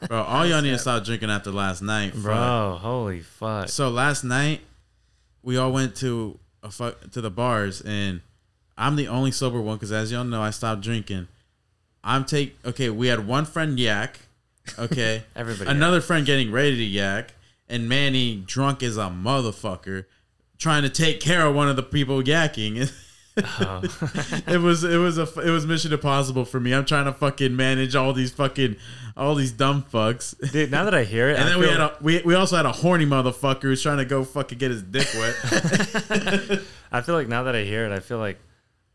S2: bro. All y'all need to stop drinking after last night,
S4: bro.
S2: Fuck.
S4: Holy fuck!
S2: So last night, we all went to a fuck to the bars, and I'm the only sober one because, as y'all know, I stopped drinking. I'm take okay. We had one friend yak, okay.
S4: Everybody,
S2: Another friend getting ready to yak, and Manny drunk as a motherfucker, trying to take care of one of the people yakking.
S4: Oh.
S2: it was it was a it was mission impossible for me. I'm trying to fucking manage all these fucking all these dumb fucks.
S4: dude. Now that I hear it,
S2: And
S4: I
S2: then we
S4: feel-
S2: had a we, we also had a horny motherfucker who's trying to go fucking get his dick wet.
S4: I feel like now that I hear it, I feel like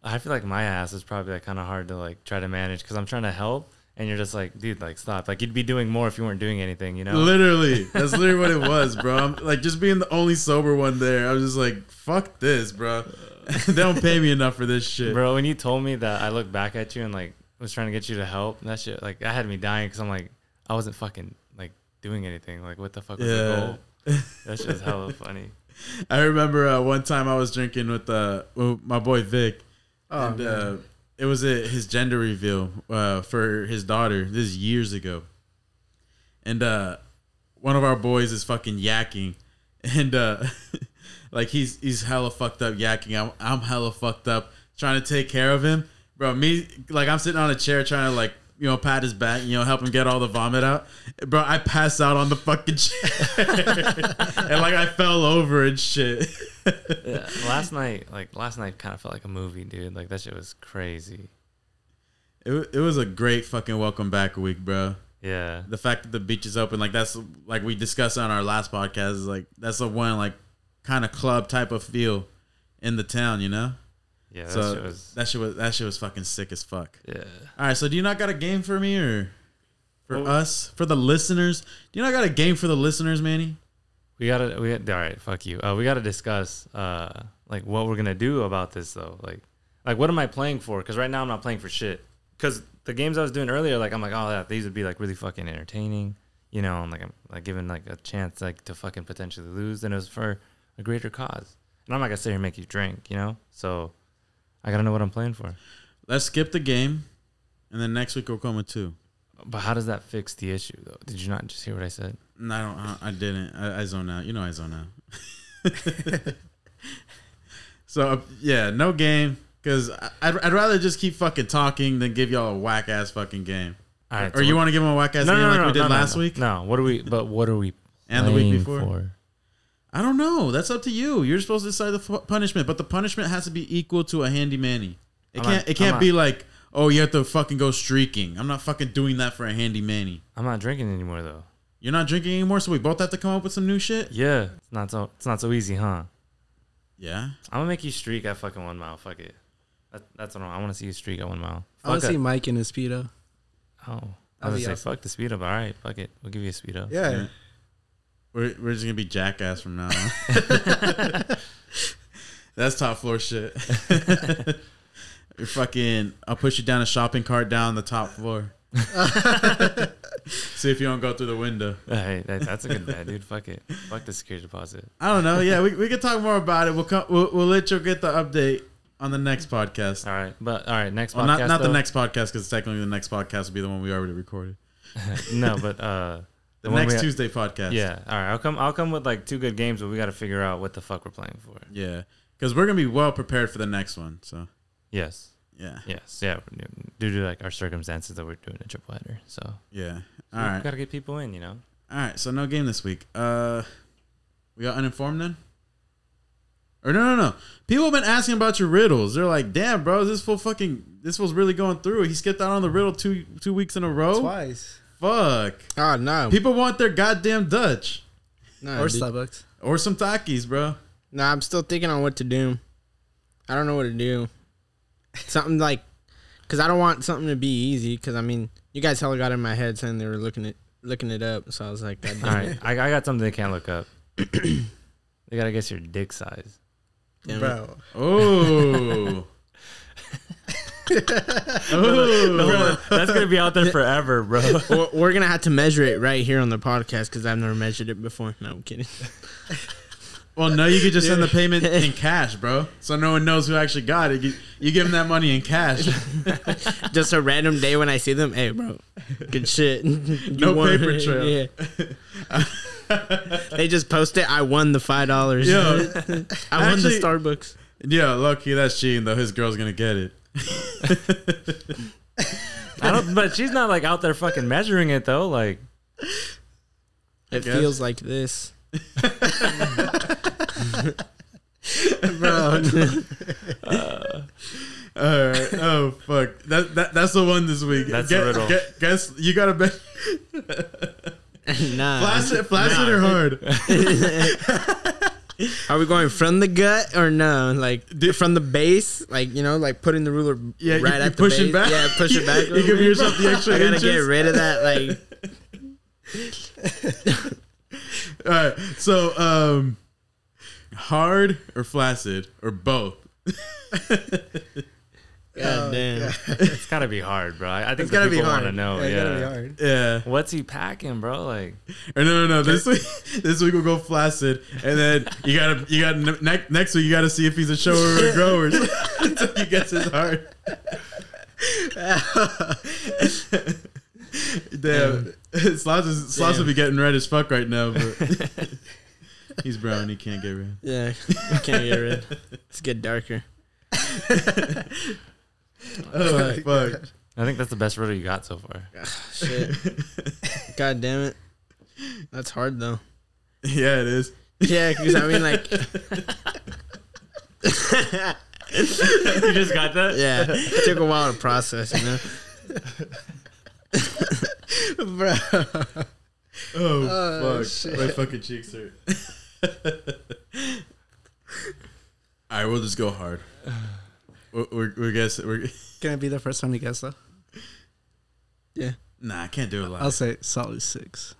S4: I feel like my ass is probably like kind of hard to like try to manage because I'm trying to help, and you're just like, dude, like stop. Like you'd be doing more if you weren't doing anything, you know?
S2: literally, that's literally what it was, bro. I'm, like just being the only sober one there. I was just like, fuck this, bro. they don't pay me enough for this shit.
S4: Bro, when you told me that, I looked back at you and like was trying to get you to help. and that shit, like, I had me dying because I'm like, I wasn't fucking like doing anything. Like, what the fuck was
S2: Yeah.
S4: the goal? That shit is hella funny.
S2: I remember uh, one time I was drinking with uh, with my boy Vic,
S3: Oh,
S2: and
S3: man.
S2: uh, it was at his gender reveal uh, for his daughter. This is years ago, and uh, one of our boys is fucking yakking, and uh, like he's he's hella fucked up yakking. I'm I'm hella fucked up trying to take care of him, bro. Me like I'm sitting on a chair trying to like. You know, pat his back. You know, help him get all the vomit out, bro. I pass out on the fucking chair, and like I fell over and shit.
S4: Yeah. Last night, like, last night kind of felt like a movie, dude. Like, that shit was crazy.
S2: It, wa- it was a great fucking welcome back week, bro.
S4: Yeah.
S2: The fact that the beach is open, like that's like we discussed on our last podcast, is like that's the one like kind of club type of feel in the town, you know.
S4: Yeah. That
S2: so
S4: shit was,
S2: that shit was that shit was fucking sick as fuck.
S4: yeah.
S2: All right, so do you not got a game for me or for
S4: Well-
S2: us for the listeners? Do you not got a game for the listeners, Manny?
S4: We gotta, we all right, fuck you. Uh, we gotta discuss, uh, like, what we're gonna do about this, though. Like, like, what am I playing for? Because right now I'm not playing for shit. Because the games I was doing earlier, like, I'm like, oh, yeah, these would be like really fucking entertaining, you know, and like, I'm like given like a chance like to fucking potentially lose, and it was for a greater cause. And I'm not gonna sit here and make you drink, you know. So I gotta know what I'm playing for.
S2: Let's skip the game, and then next week we'll come with two.
S4: But how does that fix the issue, though? Did you not just hear what I said?
S2: No, I don't. I, I didn't. I, I zone out. You know, I zone out. so uh, yeah, no game because I'd, I'd rather just keep fucking talking than give y'all a whack ass fucking game.
S4: All right.
S2: or you want to give them a whack ass
S4: no,
S2: game
S4: no, no,
S2: like
S4: no,
S2: we did
S4: no, no,
S2: last
S4: no.
S2: week
S4: No. What are we? But what are we?
S2: and the week before?
S4: playing for?
S2: I don't know. That's up to you. You're supposed to decide the fu- punishment, but the punishment has to be equal to a handy manny. It
S4: I'm
S2: can't.
S4: not-
S2: it
S4: I'm
S2: can't be like, oh, you have to fucking go streaking. I'm not fucking doing that for a handy manny.
S4: I'm not drinking anymore though.
S2: You're not drinking anymore, so we both have to come up with some new shit.
S4: Yeah, it's not so it's not so easy, huh?
S2: Yeah.
S4: I'm gonna make you streak at fucking one mile. Fuck it. That, that's what I, want. I want to see you streak at one mile.
S3: I want
S4: Fuck
S3: to see
S4: it.
S3: Mike in his speedo.
S4: Oh, I
S3: That'd
S4: was
S3: be
S4: gonna say
S3: awesome.
S4: fuck the speed up. All right, fuck it. We'll give you a speed up.
S2: Yeah. We're, we're just gonna be jackass from now on. That's top floor shit. You're fucking. I'll push you down a shopping cart down the top floor. See if you don't go through the window.
S4: All right, that, that's a good bet, dude. Fuck it. Fuck the security deposit.
S2: I don't know. Yeah, we, we could talk more about it. We'll come. We'll, we'll let you get the update on the next podcast.
S4: All right, but all right, next
S2: Well,
S4: podcast.
S2: Oh, not not the
S4: though-
S2: next podcast because technically the next podcast will be the one we already recorded.
S4: no, but uh,
S2: The,
S4: one
S2: next
S4: we-
S2: Tuesday podcast.
S4: Yeah. All right, I'll come. I'll come with like two good games, but we got to figure out what the fuck we're playing for.
S2: Yeah, because we're gonna be well prepared for the next one. So
S4: Yes.
S2: yeah,
S4: Yes. Yeah. Due to like our circumstances that we're doing a triple header. So
S2: yeah. All
S4: we
S2: right.
S4: gotta get people in, you know.
S2: All right, so no game this week. Uh, we got uninformed then. Or no, no, no. People have been asking about your riddles. They're like, "Damn, bro, is this fool fucking this fool's really going through. it. He skipped out on the riddle two two weeks in a row.
S3: Twice.
S2: Fuck.
S1: Ah, no.
S2: People want their goddamn Dutch
S1: Nah,
S3: Or
S1: dude.
S3: Starbucks.
S2: or some Takis, bro.
S1: Nah, I'm still thinking on what to do. I don't know what to do. Something like, cause I don't want something to be easy. Cause I mean, you guys hella got in my head saying they were looking it looking it up, so I was like, that
S4: All right. I, I got something they can't look up. they gotta guess your dick size.
S1: damn it.
S3: Bro.
S2: Oh. oh.
S4: That's gonna be out there forever, bro.
S1: We're- We're gonna have to measure it right here on the podcast because I've never measured it before. No, I'm kidding.
S2: Well, no, you could just send the payment in cash, bro. So no one knows who actually got it. You, you give them that money in cash.
S1: Just a random day when I see them, hey, bro, good shit. You
S2: No
S1: won.
S2: paper trail.
S1: Yeah. they just post it. I won the five dollars.
S2: Yo,
S1: I won the
S2: actually-
S1: Starbucks.
S2: Yeah, lucky that's cheating though. His girl's gonna get it.
S4: I don't but she's not like out there fucking measuring it though. Like
S1: It
S2: guess.
S1: feels like this.
S3: Bro.
S2: All right. Oh fuck. That, that that's the one this week.
S4: That's
S2: Gue-
S4: the riddle.
S2: gue- guess you gotta bet.
S1: nah.
S2: Flaccid, flaccid or hard?
S1: Are we going from the gut or no? Like from the base, like you know, like putting the ruler
S2: Yeah, you-
S1: right
S2: you
S1: at the
S2: push it
S1: base.
S2: back.
S1: Yeah, push it back. a
S2: You
S1: little
S2: give
S1: bit.
S2: yourself the extra
S1: I gotta get
S2: inches.
S1: rid of that. Like
S2: All right. So um, hard or flaccid or both. Oh,
S1: God damn.
S4: it's gotta be hard, bro. I I think
S3: It's
S4: the
S3: gotta be
S4: people
S3: hard.
S4: wanna know.
S3: It's
S4: Oh, yeah.
S3: gotta be hard.
S2: Yeah.
S4: What's he packing, bro? Like
S2: Or no, no, no. This week, this week we'll go flaccid, and then you gotta, you gotta ne- ne- next week you gotta see if he's a shower or a grower until he gets his heart. Damn, Slots is Slots will be getting red as fuck right now, but he's brown. He can't get red.
S1: Yeah, can't get rid. Let's get darker.
S2: Oh fuck!
S4: I think that's the best riddle you got so far.
S1: Shit. God damn it. That's hard though.
S2: Yeah, it is.
S1: Yeah, because I mean, like,
S4: you just got that?
S1: yeah, it took a while to process. You know.
S3: Bro.
S2: Oh,
S3: Oh,
S2: fuck!
S3: shit.
S2: My fucking cheeks hurt. All right, we'll just go hard. We're we're, we're guessing. We're
S3: Can I be the first one to guess though?
S2: Nah, I can't do it
S3: I'll
S2: live.
S3: say solid six.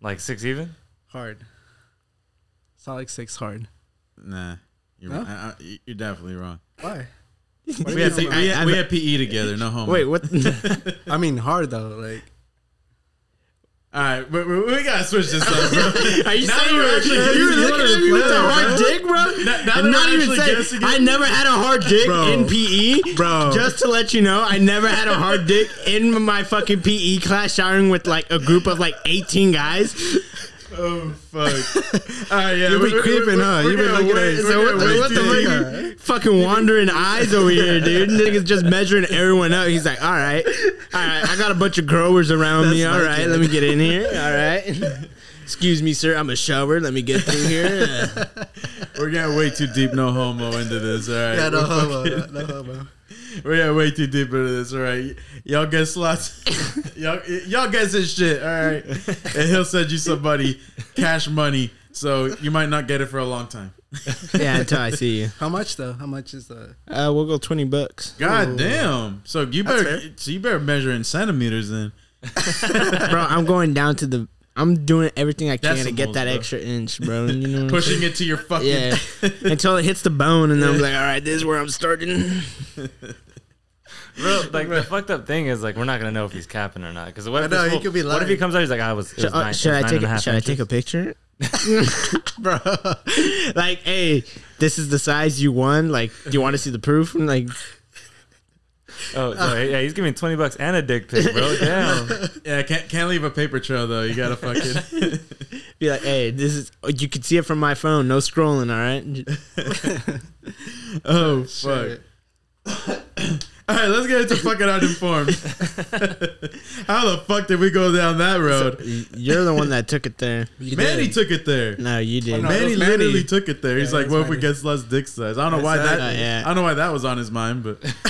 S4: Like six even?
S3: Hard. Solid six hard.
S2: Nah, you're,
S3: No?
S2: I, I, you're definitely wrong.
S3: Why?
S2: We had,
S1: mean?
S2: P- we,
S1: I-
S2: had,
S1: I-
S2: we had PE together. No homo.
S1: Wait, what?
S3: I mean hard though, like
S2: All right, we, we, we gotta switch this up, bro.
S1: Are you
S2: Now
S1: saying
S2: you're
S1: you're
S2: actually-
S1: you were
S2: you
S1: looking
S2: wanna
S1: at me with
S2: play,
S1: that hard
S2: bro.
S1: dick, bro?
S2: Now- now
S1: I'm
S2: that
S1: not
S2: we're
S1: even
S2: actually
S1: saying
S2: guessing
S1: I
S2: it-
S1: never had a hard dick
S2: Bro.
S1: in PE,
S2: Bro.
S1: Just to let you know, I never had a hard dick in my fucking PE class, showering with like a group of like 18 guys.
S2: Oh fuck! All right, yeah,
S3: You
S2: we-
S3: be
S2: we-
S3: creeping,
S2: we-
S3: huh?
S2: we're
S3: You be
S2: gonna
S3: looking
S2: wait-
S3: at-
S2: we're
S1: So what
S2: gonna
S1: the,
S2: wait
S1: what
S2: till you-
S1: the fuck? Fucking wandering eyes over here, dude. Niggas just measuring everyone out. He's like, all right, all right, I got a bunch of growers around me.
S3: That's
S1: All
S3: my
S1: right,
S3: kid.
S1: let me get in here. All right. Excuse me, sir. I'm a shower. Let me get through here. Uh,
S2: We're getting way too deep, no homo, into this. All right,
S3: yeah, no
S2: We're
S3: homo,
S2: fucking-
S3: no, no homo.
S2: We're getting way too deep into this. All right, y'all guess slots. y'all y'all guess this shit. All right, and he'll send you somebody cash money, so you might not get it for a long time.
S1: yeah, until I see you.
S3: How much though? How much is the
S1: Uh, we'll go 20 bucks.
S2: God
S3: Ooh.
S2: damn! So you
S3: That's
S2: better so you better measure in centimeters then.
S1: bro. I'm going down to the. I'm doing everything I can to get
S2: Decimals,
S1: that
S2: bro.
S1: extra inch, bro. You know, what I'm
S2: Pushing it to your fucking
S1: saying? yeah, until it hits the bone, and then I'm like, all right, this is where I'm starting.
S4: Bro, like the fucked up thing is like we're not gonna know if he's capping or not. Because what
S3: I
S4: if
S3: know,
S4: this
S3: he
S4: fool-
S3: could be
S4: What if he
S3: lying.
S4: comes out? He's like, I was. It was
S1: Should, uh,
S4: nine-
S1: should
S4: it was
S1: I
S4: nine
S1: take
S4: and
S1: a,
S4: half
S1: Should I take a
S4: inches.
S1: picture?
S3: bro?
S1: Like, hey, this is the size you won. Like, do you want to see the proof? And like,
S4: Oh, so, yeah, he's giving twenty bucks and a dick pic, bro. Damn.
S2: Yeah, can't can't leave a paper trail though. You gotta fucking
S1: Be like, hey, this is. oh, You can see it from my phone. No scrolling. All right. J-
S2: Oh fuck! All right, let's get into fucking uninformed. How the fuck did we go down that road?
S1: y- You're the one that took it there. You
S2: Manny
S1: did.
S2: took it there.
S1: No,
S4: Oh,
S1: you did.
S2: Manny
S3: it was Oh, Manny.
S2: literally took it there. He's
S3: Yeah,
S2: like,
S3: it was
S2: "What if we
S3: Manny.
S2: get less dick size?" I don't know why that.
S3: Exactly.
S1: Yeah.
S2: I don't know why that was on his mind, but If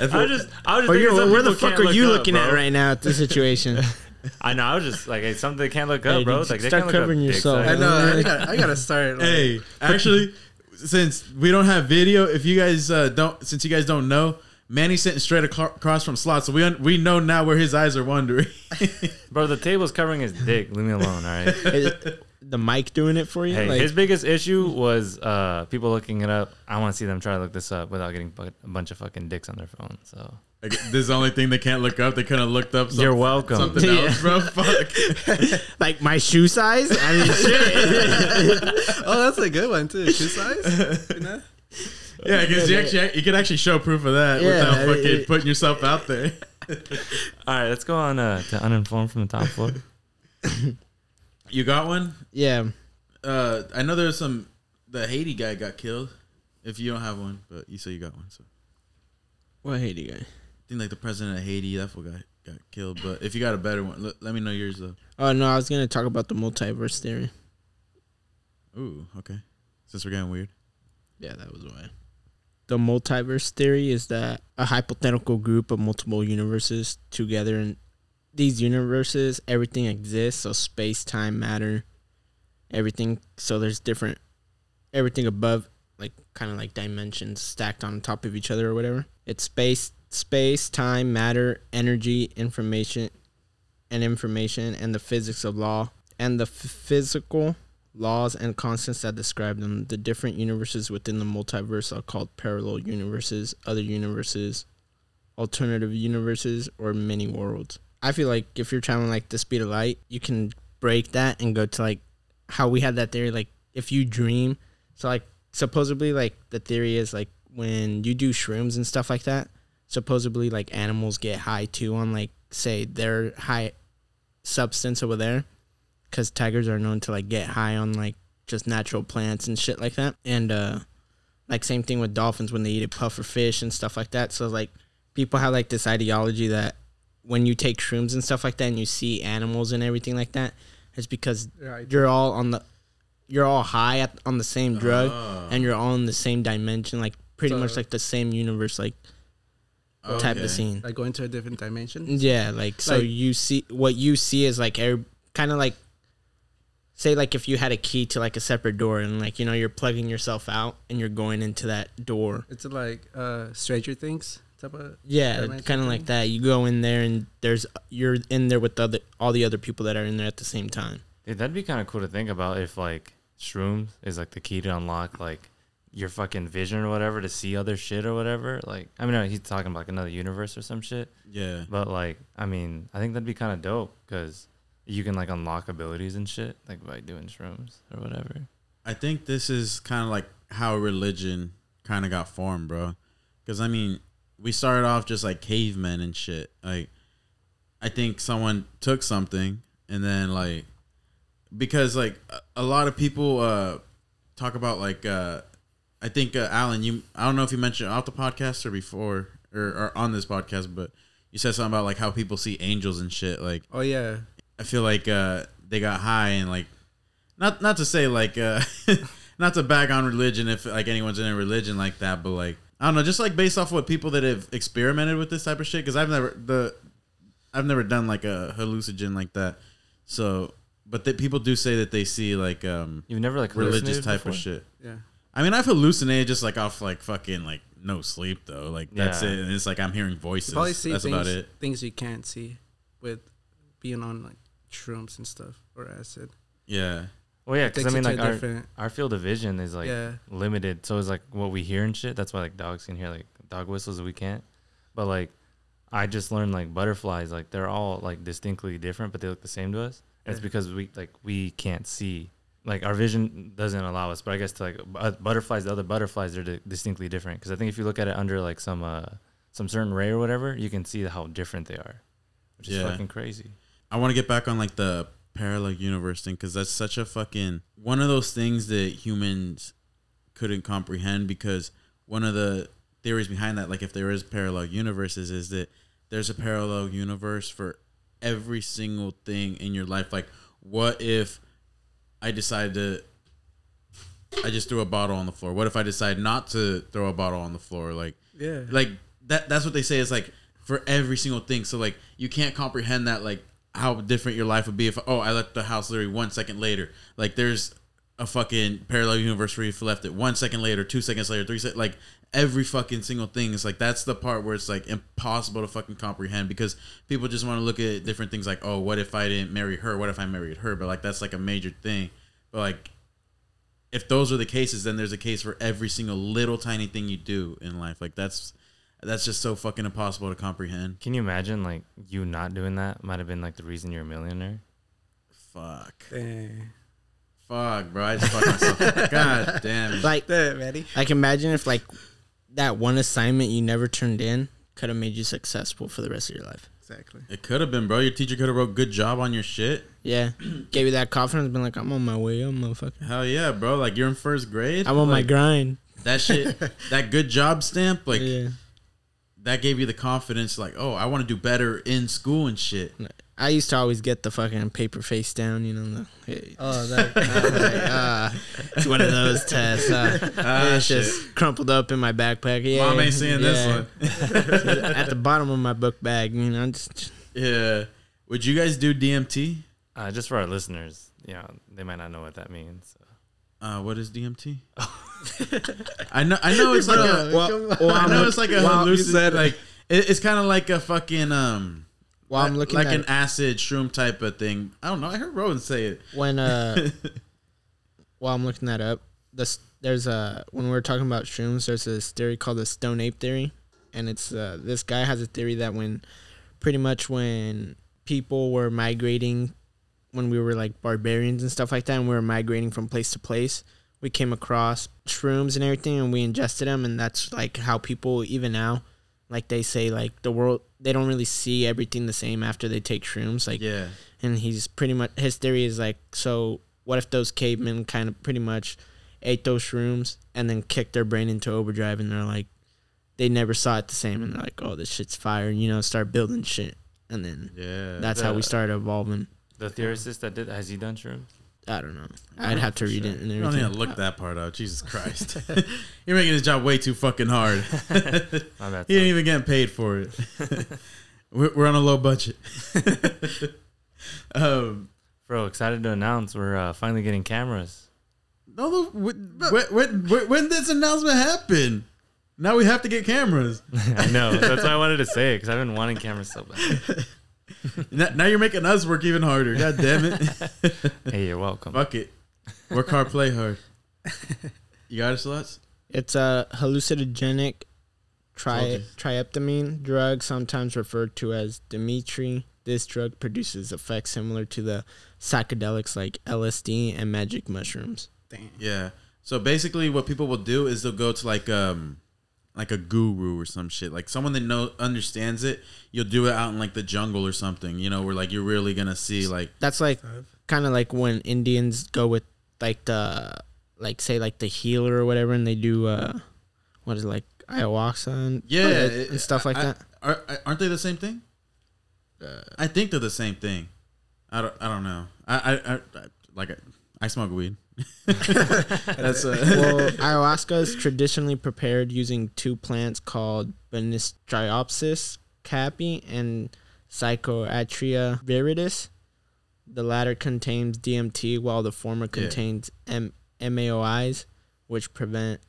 S4: I
S2: it-
S4: was just, I was
S1: Or
S4: just thinking
S1: you-
S4: something
S1: where the
S4: people
S1: fuck
S4: can't
S1: are you
S4: look up,
S1: looking at
S4: bro.
S1: right now at this situation?
S4: I know. I was just like, hey, something they can't look up,
S1: Hey,
S4: bro.
S1: dude,
S4: Like, they
S1: start
S4: can't look
S1: covering
S4: up dick
S1: yourself.
S3: I
S4: size.
S3: know. I gotta, I gotta start. Like,
S2: hey, actually, since we don't have video, if you guys uh, don't, since you guys don't know, Manny's sitting straight acro- across from slot, so we un- we know now where his eyes are wandering.
S4: Bro, the table's covering his dick. Leave me alone, all right?
S1: Is the mic doing it for you?
S4: Hey,
S1: Like,
S4: his biggest issue was uh, people looking it up. I want to see them try to look this up without getting bu- a bunch of fucking dicks on their phone. So
S2: Like, this is the only thing they can't look up. They couldn't have looked up. Some,
S4: you're welcome.
S2: Something
S1: Yeah.
S2: else, bro. Fuck.
S1: like my shoe size? I mean, shit.
S3: oh, that's a good one too. Shoe size. You know?
S2: Yeah, because you actually you can actually show proof of that
S1: Yeah,
S2: without
S1: I mean,
S2: fucking
S1: it-
S2: putting yourself out there.
S4: All right, let's go on uh, to uninformed from the top floor.
S2: You got one.
S1: Yeah.
S2: Uh, I know there's some. The Haiti guy got killed. If you don't have one, but you say you got one, so I
S1: What Haiti guy?
S2: think like the president of Haiti, that fool got got killed. But if you got a better one, let, let me know yours though.
S1: Oh no, I was gonna talk about the multiverse theory.
S2: Ooh, okay. Since we're getting weird.
S1: Yeah, that was why. The multiverse theory is that a hypothetical group of multiple universes together in these universes, everything exists, so space, time, matter, everything. So there's different, everything above, like kind of like dimensions stacked on top of each other or whatever. It's space, space, time, matter, energy, information, and information, and the physics of law, and the f- physical laws and constants that describe them. The different universes within the multiverse are called parallel universes, other universes, alternative universes, or many worlds. I feel like if you're traveling like the speed of light, you can break that and go to like how we had that theory. Like if you dream, so like supposedly like the theory is like when you do shrooms and stuff like that, supposedly like animals get high too on like say their high substance over there because tigers are known to like get high on like just natural plants and shit like that and uh like same thing with dolphins when they eat a puffer fish and stuff like that so like people have like this ideology that when you take shrooms and stuff like that and you see animals and everything like that it's because
S3: Right.
S1: you're all on the you're all high at, on the same drug
S2: Ah,
S1: and you're all in the same dimension like pretty
S3: So-
S1: much like the same universe like type
S2: Okay.
S1: of scene
S3: Like going to a different dimension.
S1: yeah, like so
S3: Like-
S1: you see what you see is like kind of like say like if you had a key to like a separate door and like you know you're plugging yourself out and you're going into that door.
S3: It's like uh, Stranger Things type of.
S1: Yeah,
S3: Dimension
S1: kind of like that. You go in there and there's you're in there with the other all the other people that are in there at the same time.
S4: Dude, that'd be kind of cool to think about if like shrooms is like the key to unlock like your fucking vision or whatever to see other shit or whatever. Like, I mean, no, he's talking about like another universe or some shit.
S2: Yeah.
S4: But like, I mean, I think that'd be kind of dope because you can like unlock abilities and shit like by doing shrooms or whatever.
S2: I think this is kind of like how religion kind of got formed, bro. Because I mean, we started off just like cavemen and shit. Like, I think someone took something and then like, because like a- a lot of people uh talk about like uh I think uh, Alan, you I don't know if you mentioned it off the podcast or before or, or on this podcast, but you said something about like how people see angels and shit. Like,
S3: Oh yeah.
S2: I feel like uh, they got high and like not not to say like uh, not to bag on religion if like anyone's in a religion like that, but like I don't know, just like based off what people that have experimented with this type of shit, because I've never the I've never done like a hallucinogen like that, so but that people do say that they see like um
S4: You've never like
S2: religious
S4: hallucinated
S2: type
S4: before?
S2: of shit.
S3: Yeah.
S2: I mean, I've hallucinated just like off like fucking like no sleep though, like that's
S4: Yeah.
S2: it, and it's like I'm hearing voices.
S3: You probably see
S2: that's
S3: things,
S2: about it.
S3: things you can't see with being on like shrooms and stuff or acid.
S2: Yeah,
S4: Well, yeah, because I
S3: Takes
S4: mean,
S3: it to
S4: like
S3: a
S4: our,
S3: different-
S4: our field of vision is like
S3: Yeah.
S4: limited, so it's like what we hear and shit. That's why like dogs can hear like dog whistles we can't. But like, I just learned like butterflies, like they're all like distinctly different, but they look the same to us. And It's
S3: Yeah.
S4: because we like we can't see, like our vision doesn't allow us. But I guess to like bu- butterflies, the other butterflies are di- distinctly different. Because I think if you look at it under like some uh some certain ray or whatever, you can see how different they are, which is
S2: Yeah.
S4: fucking crazy.
S2: I want to get back on like the parallel universe thing because that's such a fucking one of those things that humans couldn't comprehend because one of the theories behind that, like if there is parallel universes, is that there's a parallel universe for every single thing in your life. Like, what if I decide to I just threw a bottle on the floor? What if I decide not to throw a bottle on the floor? Like
S3: Yeah.
S2: like that that's what they say is like for every single thing. So like you can't comprehend that like how different your life would be if oh I left the house literally one second later. Like there's a fucking parallel universe where you left it one second later, two seconds later, three seconds like every fucking single thing is like that's the part where it's like impossible to fucking comprehend because people just want to look at different things like oh what if I didn't marry her? What if I married her? But like that's like a major thing. But like if those are the cases, then there's a case for every single little tiny thing you do in life. Like that's that's just so fucking impossible to comprehend.
S4: Can you imagine like you not doing that might have been like the reason you're a millionaire?
S2: Fuck.
S3: Dang.
S2: Fuck, bro. I just fucked myself. God damn. it.
S1: Like,
S3: Damn, Maddie.
S1: like imagine if like that one assignment you never turned in could have made you successful for the rest of your life.
S3: Exactly.
S2: It could have been, bro. Your teacher could have wrote good job on your shit.
S1: Yeah, gave you that confidence. Been like, I'm on my way up, motherfucker.
S2: Hell yeah, bro. Like you're in first grade.
S1: I'm on my
S2: like,
S1: grind.
S2: That shit that good job stamp, like
S1: yeah,
S2: that gave you the confidence, like, oh, I want to do better in school and shit.
S1: I used to always get the fucking paper face down. You know, the, hey,
S3: Oh, that,
S1: I was like, ah, it's one of those tests. Uh,
S2: Ah,
S1: it's just crumpled up in my backpack. Yeah,
S2: Mom ain't seeing this
S1: yeah.
S2: one.
S1: At the bottom of my book bag, you know, just, just-
S2: Yeah. Would you guys do DMT?
S4: Uh, just for our listeners, you know, they might not know what that means.
S2: Uh, what is DMT? I know, I know, it's like a,
S1: Well,
S3: well,
S1: well,
S2: I
S1: I'm
S2: know,
S1: look-
S2: it's like a
S1: well, you
S2: hallucination. Like it, it's kind of like a fucking um,
S1: while I'm looking
S2: like
S1: at
S2: an
S1: it,
S2: acid shroom type of thing. I don't know. I heard Rowan say it.
S1: when uh, while I'm looking that up, this there's a when we were talking about shrooms, there's this theory called the stone ape theory, and it's uh, this guy has a theory that when pretty much when people were migrating when we were like barbarians and stuff like that and we were migrating from place to place we came across shrooms and everything and we ingested them and that's like how people even now like they say like the world they don't really see everything the same after they take shrooms like
S2: Yeah,
S1: and he's pretty much his theory is like so what if those cavemen kind of pretty much ate those shrooms and then kicked their brain into overdrive and they're like they never saw it the same and they're like oh this shit's fire and you know start building shit and then
S2: yeah.
S1: that's how we started evolving
S4: The theorist that did has he done shrooms?
S1: i don't know i'd have to read it and
S2: You don't
S1: everything
S2: even look that part up. Jesus Christ, you're making this job way too fucking hard.
S4: My bad.
S2: He ain't even getting paid for it. we're, we're on a low budget. um,
S4: Bro, excited to announce we're uh, finally getting cameras.
S2: No, the- when, when, when, when did this announcement happen? Now we have to get cameras.
S4: I know. That's why I wanted to say it because I've been wanting cameras so bad.
S2: now, now you're making us work even harder. God damn it.
S4: Hey, you're welcome.
S2: Fuck it. Work hard, play hard. You got it, sluts?
S1: it's a hallucinogenic tri-
S2: Told you.
S1: trieptamine drug sometimes referred to as dimitri this drug produces effects similar to the psychedelics like lsd and magic mushrooms
S2: Yeah. So basically, what people will do is they'll go to like um, like a guru or some shit, like someone that know understands it. You'll do it out in like the jungle or something, you know, where like you're really gonna see like
S1: That's like kind of like when Indians go with like the like say like the healer or whatever, and they do uh what is it, like ayahuasca and
S2: yeah
S1: and,
S2: it-
S1: stuff like
S2: I-
S1: that.
S2: Are, are- aren't they the same thing? I think they're the same thing. I don't. I don't know. I. I. I, I like. I, I smoke weed. That's uh,
S1: well, ayahuasca is traditionally prepared using two plants called Benistriopsis capi and Psychoatria viridis. The latter contains DMT, while the former contains M- MAOIs, which prevent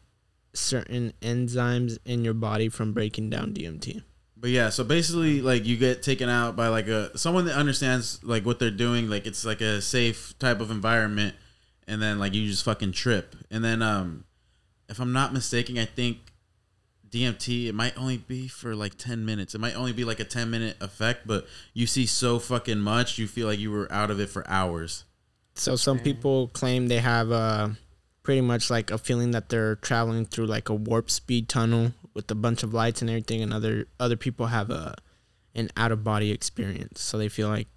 S1: certain enzymes in your body from breaking down DMT.
S2: But yeah, so basically, like you get taken out by like a someone that understands like what they're doing. Like it's like a safe type of environment, and then like you just fucking trip. And then, um, if I'm not mistaken, I think DMT it might only be for like ten minutes. It might only be like a ten minute effect, but you see so fucking much, you feel like you were out of it for hours.
S1: So some people claim they have uh, pretty much like a feeling that they're traveling through like a warp speed tunnel with a bunch of lights and uh, everything, and other other people have a an out of body experience. So they feel like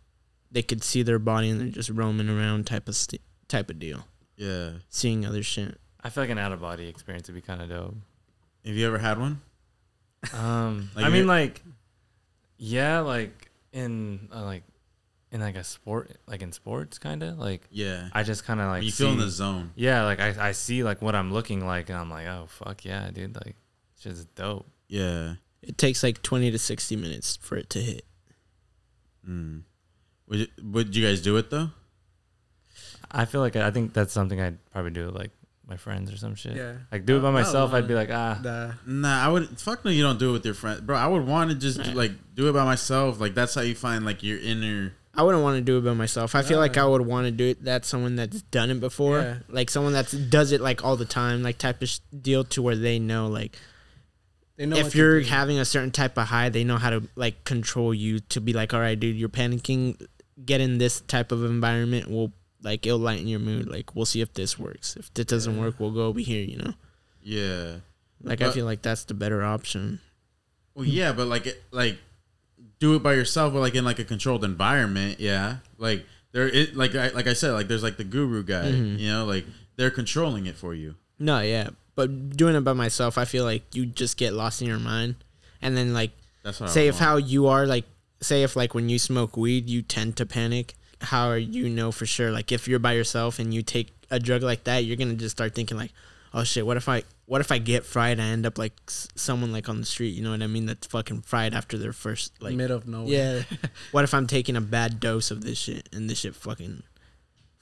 S1: they could see their body and they're just roaming around type of st- type of deal,
S2: Yeah.
S1: seeing other shit.
S4: I feel like an out of body experience would be kind of dope.
S2: Have you ever had one?
S4: Um,
S2: Like
S4: I
S2: you're-
S4: mean, like, yeah, like in uh, like in like a sport, like in sports, kind of like
S2: Yeah.
S4: I just kind of like
S2: you feel in
S4: see-
S2: the zone.
S4: Yeah, like I, I see like what I'm looking like, and I'm like, oh fuck yeah, dude, like shit's dope.
S2: Yeah.
S1: It takes like 20 to 60 minutes for it to hit.
S2: Mm. Would you, would you guys do it though?
S4: I feel like I think that's something I'd probably do with like my friends or some shit.
S3: Yeah.
S4: Like do it by myself,
S3: wanna-
S4: I'd be like, ah,
S3: Nah.
S2: Nah, I would. Fuck no, you don't do it with your friend, bro. I would want to just like do it by myself. Like that's how you find like your inner.
S1: I wouldn't want to do it by myself. I feel like I would want to do it that someone that's done it before,
S3: Yeah.
S1: like someone that's does it like all the time, like type of sh- deal to where they know like
S3: They know
S1: if
S3: what you
S1: you're
S3: do.
S1: having a certain type of high, they know how to like control you to be like, all right, dude, you're panicking. Get in this type of environment. We'll like it'll lighten your mood. Like we'll see if this works. If it doesn't work, we'll go over here. You know,
S2: Yeah.
S1: like I
S2: But-
S1: feel like that's the better option.
S2: Well, yeah, but like it- like do it by yourself, but like in like a controlled environment. Yeah. Like there, it like I like I said, like there's like the guru guy.
S1: Mm-hmm.
S2: You know, like they're controlling it for you.
S1: No, yeah, but doing it by myself, I feel like you just get lost in your mind, and then like
S2: That's what I
S1: say
S2: would
S1: if
S2: want.
S1: how you are like say if like when you smoke weed you tend to panic how are you know for sure like if you're by yourself and you take a drug like that you're gonna just start thinking like oh shit what if i what if i get fried i end up like s- someone like on the street you know what i mean that's fucking fried after their first like
S3: middle of nowhere.
S1: yeah what if i'm taking a bad dose of this shit and this shit fucking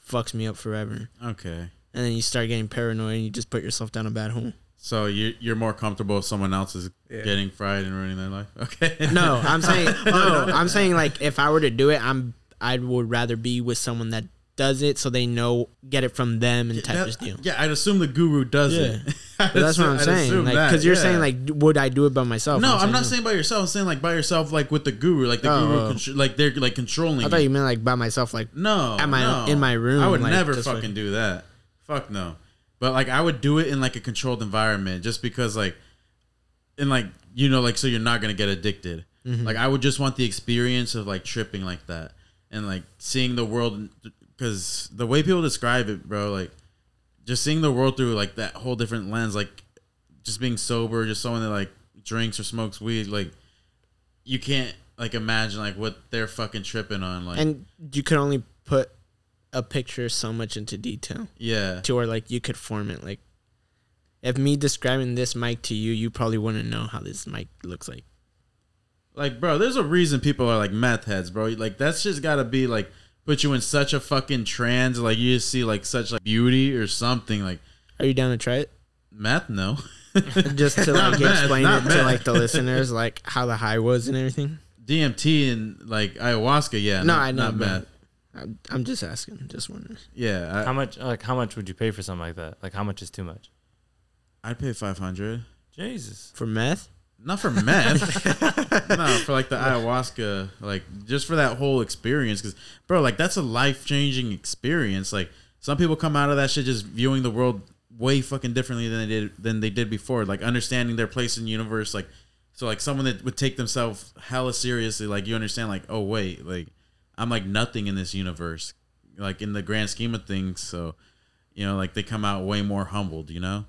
S1: fucks me up forever
S2: Okay.
S1: and then you start getting paranoid and you just put yourself down a bad hole
S2: So you you're more comfortable if someone else is
S3: Yeah.
S2: getting fried and ruining their life. Okay.
S1: No, I'm saying no. I'm saying like if I were to do it, I'm I would rather be with someone that does it so they know get it from them and type of
S2: That-
S1: deal.
S2: Yeah, I'd assume the guru does
S1: Yeah.
S2: it.
S1: But that's what I'm saying. Like, because you're saying
S2: like.
S1: like, would I do it by myself?
S2: No, I'm not
S1: no.
S2: saying by yourself. I'm saying like by yourself, like with the guru, like the
S1: Oh,
S2: guru,
S1: oh.
S2: contr- like they're like controlling.
S1: I thought
S2: you.
S1: you meant like by myself. Like,
S2: no,
S1: at my-
S2: no.
S1: in my room,
S2: I would
S1: like,
S2: never
S1: just
S2: fucking
S1: like-
S2: do that. Fuck no. But like I would do it in like a controlled environment, just because like, and like you know, like so you're not gonna get addicted.
S1: Mm-hmm.
S2: Like I would just want the experience of like tripping like that and like seeing the world, because the way people describe it, bro, like just seeing the world through like that whole different lens, like just being sober, just someone that like drinks or smokes weed, like you can't like imagine like what they're fucking tripping on, like
S1: and you could only put a picture so much into detail
S2: yeah,
S1: to where like you could form it. Like, if me describing this mic to you, you probably wouldn't know how this mic looks like.
S2: like bro, there's a reason people are like meth heads, bro. Like that's just gotta be like put you in such a fucking trance, like you just see like such like beauty or something, like
S1: Are you down to try it?
S2: meth, no.
S1: Just to
S2: Not
S1: like
S2: mad,
S1: explain
S2: not
S1: it to
S2: mad.
S1: like the listeners, like how the high was and everything.
S2: DMT and like ayahuasca, yeah,
S1: No,
S2: not-
S1: I know,
S2: not
S1: but
S2: meth.
S1: I'm, I'm just asking, just wondering.
S2: Yeah,
S4: how much like how much would you pay for something like that? Like how much is too much?
S2: I, I'd pay five hundred.
S4: Jesus,
S1: For meth,
S2: Not for meth. no, for like the ayahuasca, like just for that whole experience. Because, bro, like that's a life changing experience. Like some people come out of that shit just viewing the world way fucking differently than they did than they did before. Like understanding their place in the universe. Like so, like someone that would take themselves hella seriously. Like you understand, like oh wait, like I'm like nothing in this universe. Like in the grand scheme of things, so you know, like they come out way more humbled. You know.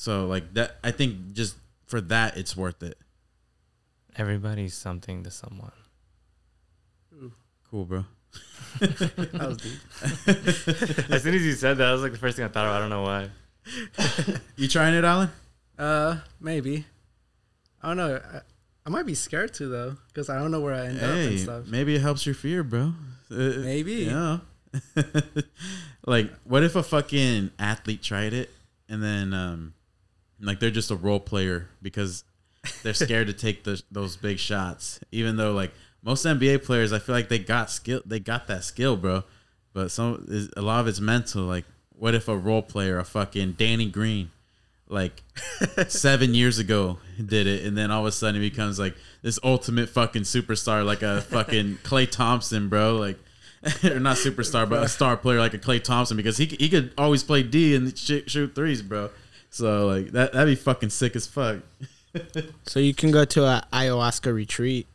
S2: So like that, I think just for that, it's worth it.
S4: everybody's something to someone.
S2: Cool, bro.
S3: That was deep.
S4: as soon as you said that, that was like the first thing I thought of. I don't know why.
S2: You trying it, Alan?
S3: Uh, maybe. I don't know. I, I might be scared too though, because I don't know where I end up and
S2: Hey,
S3: stuff.
S2: maybe it helps your fear, bro. Uh,
S3: Maybe.
S2: Yeah. like, what if a fucking athlete tried it and then, um, like, they're just a role player because they're scared to take the, those big shots, even though, like, most NBA players, I feel like they got skill, they got that skill, bro. But some, is- a lot of it's mental. Like, what if a role player, a fucking Danny Green, like seven years ago did it, and then all of a sudden he becomes like this ultimate fucking superstar, like a fucking Clay Thompson, bro. Like, or not superstar, but a star player like a Clay Thompson because he c- he could always play D and shoot, shoot threes, bro. So like that that'd be fucking sick as fuck.
S1: so you can go to a ayahuasca retreat.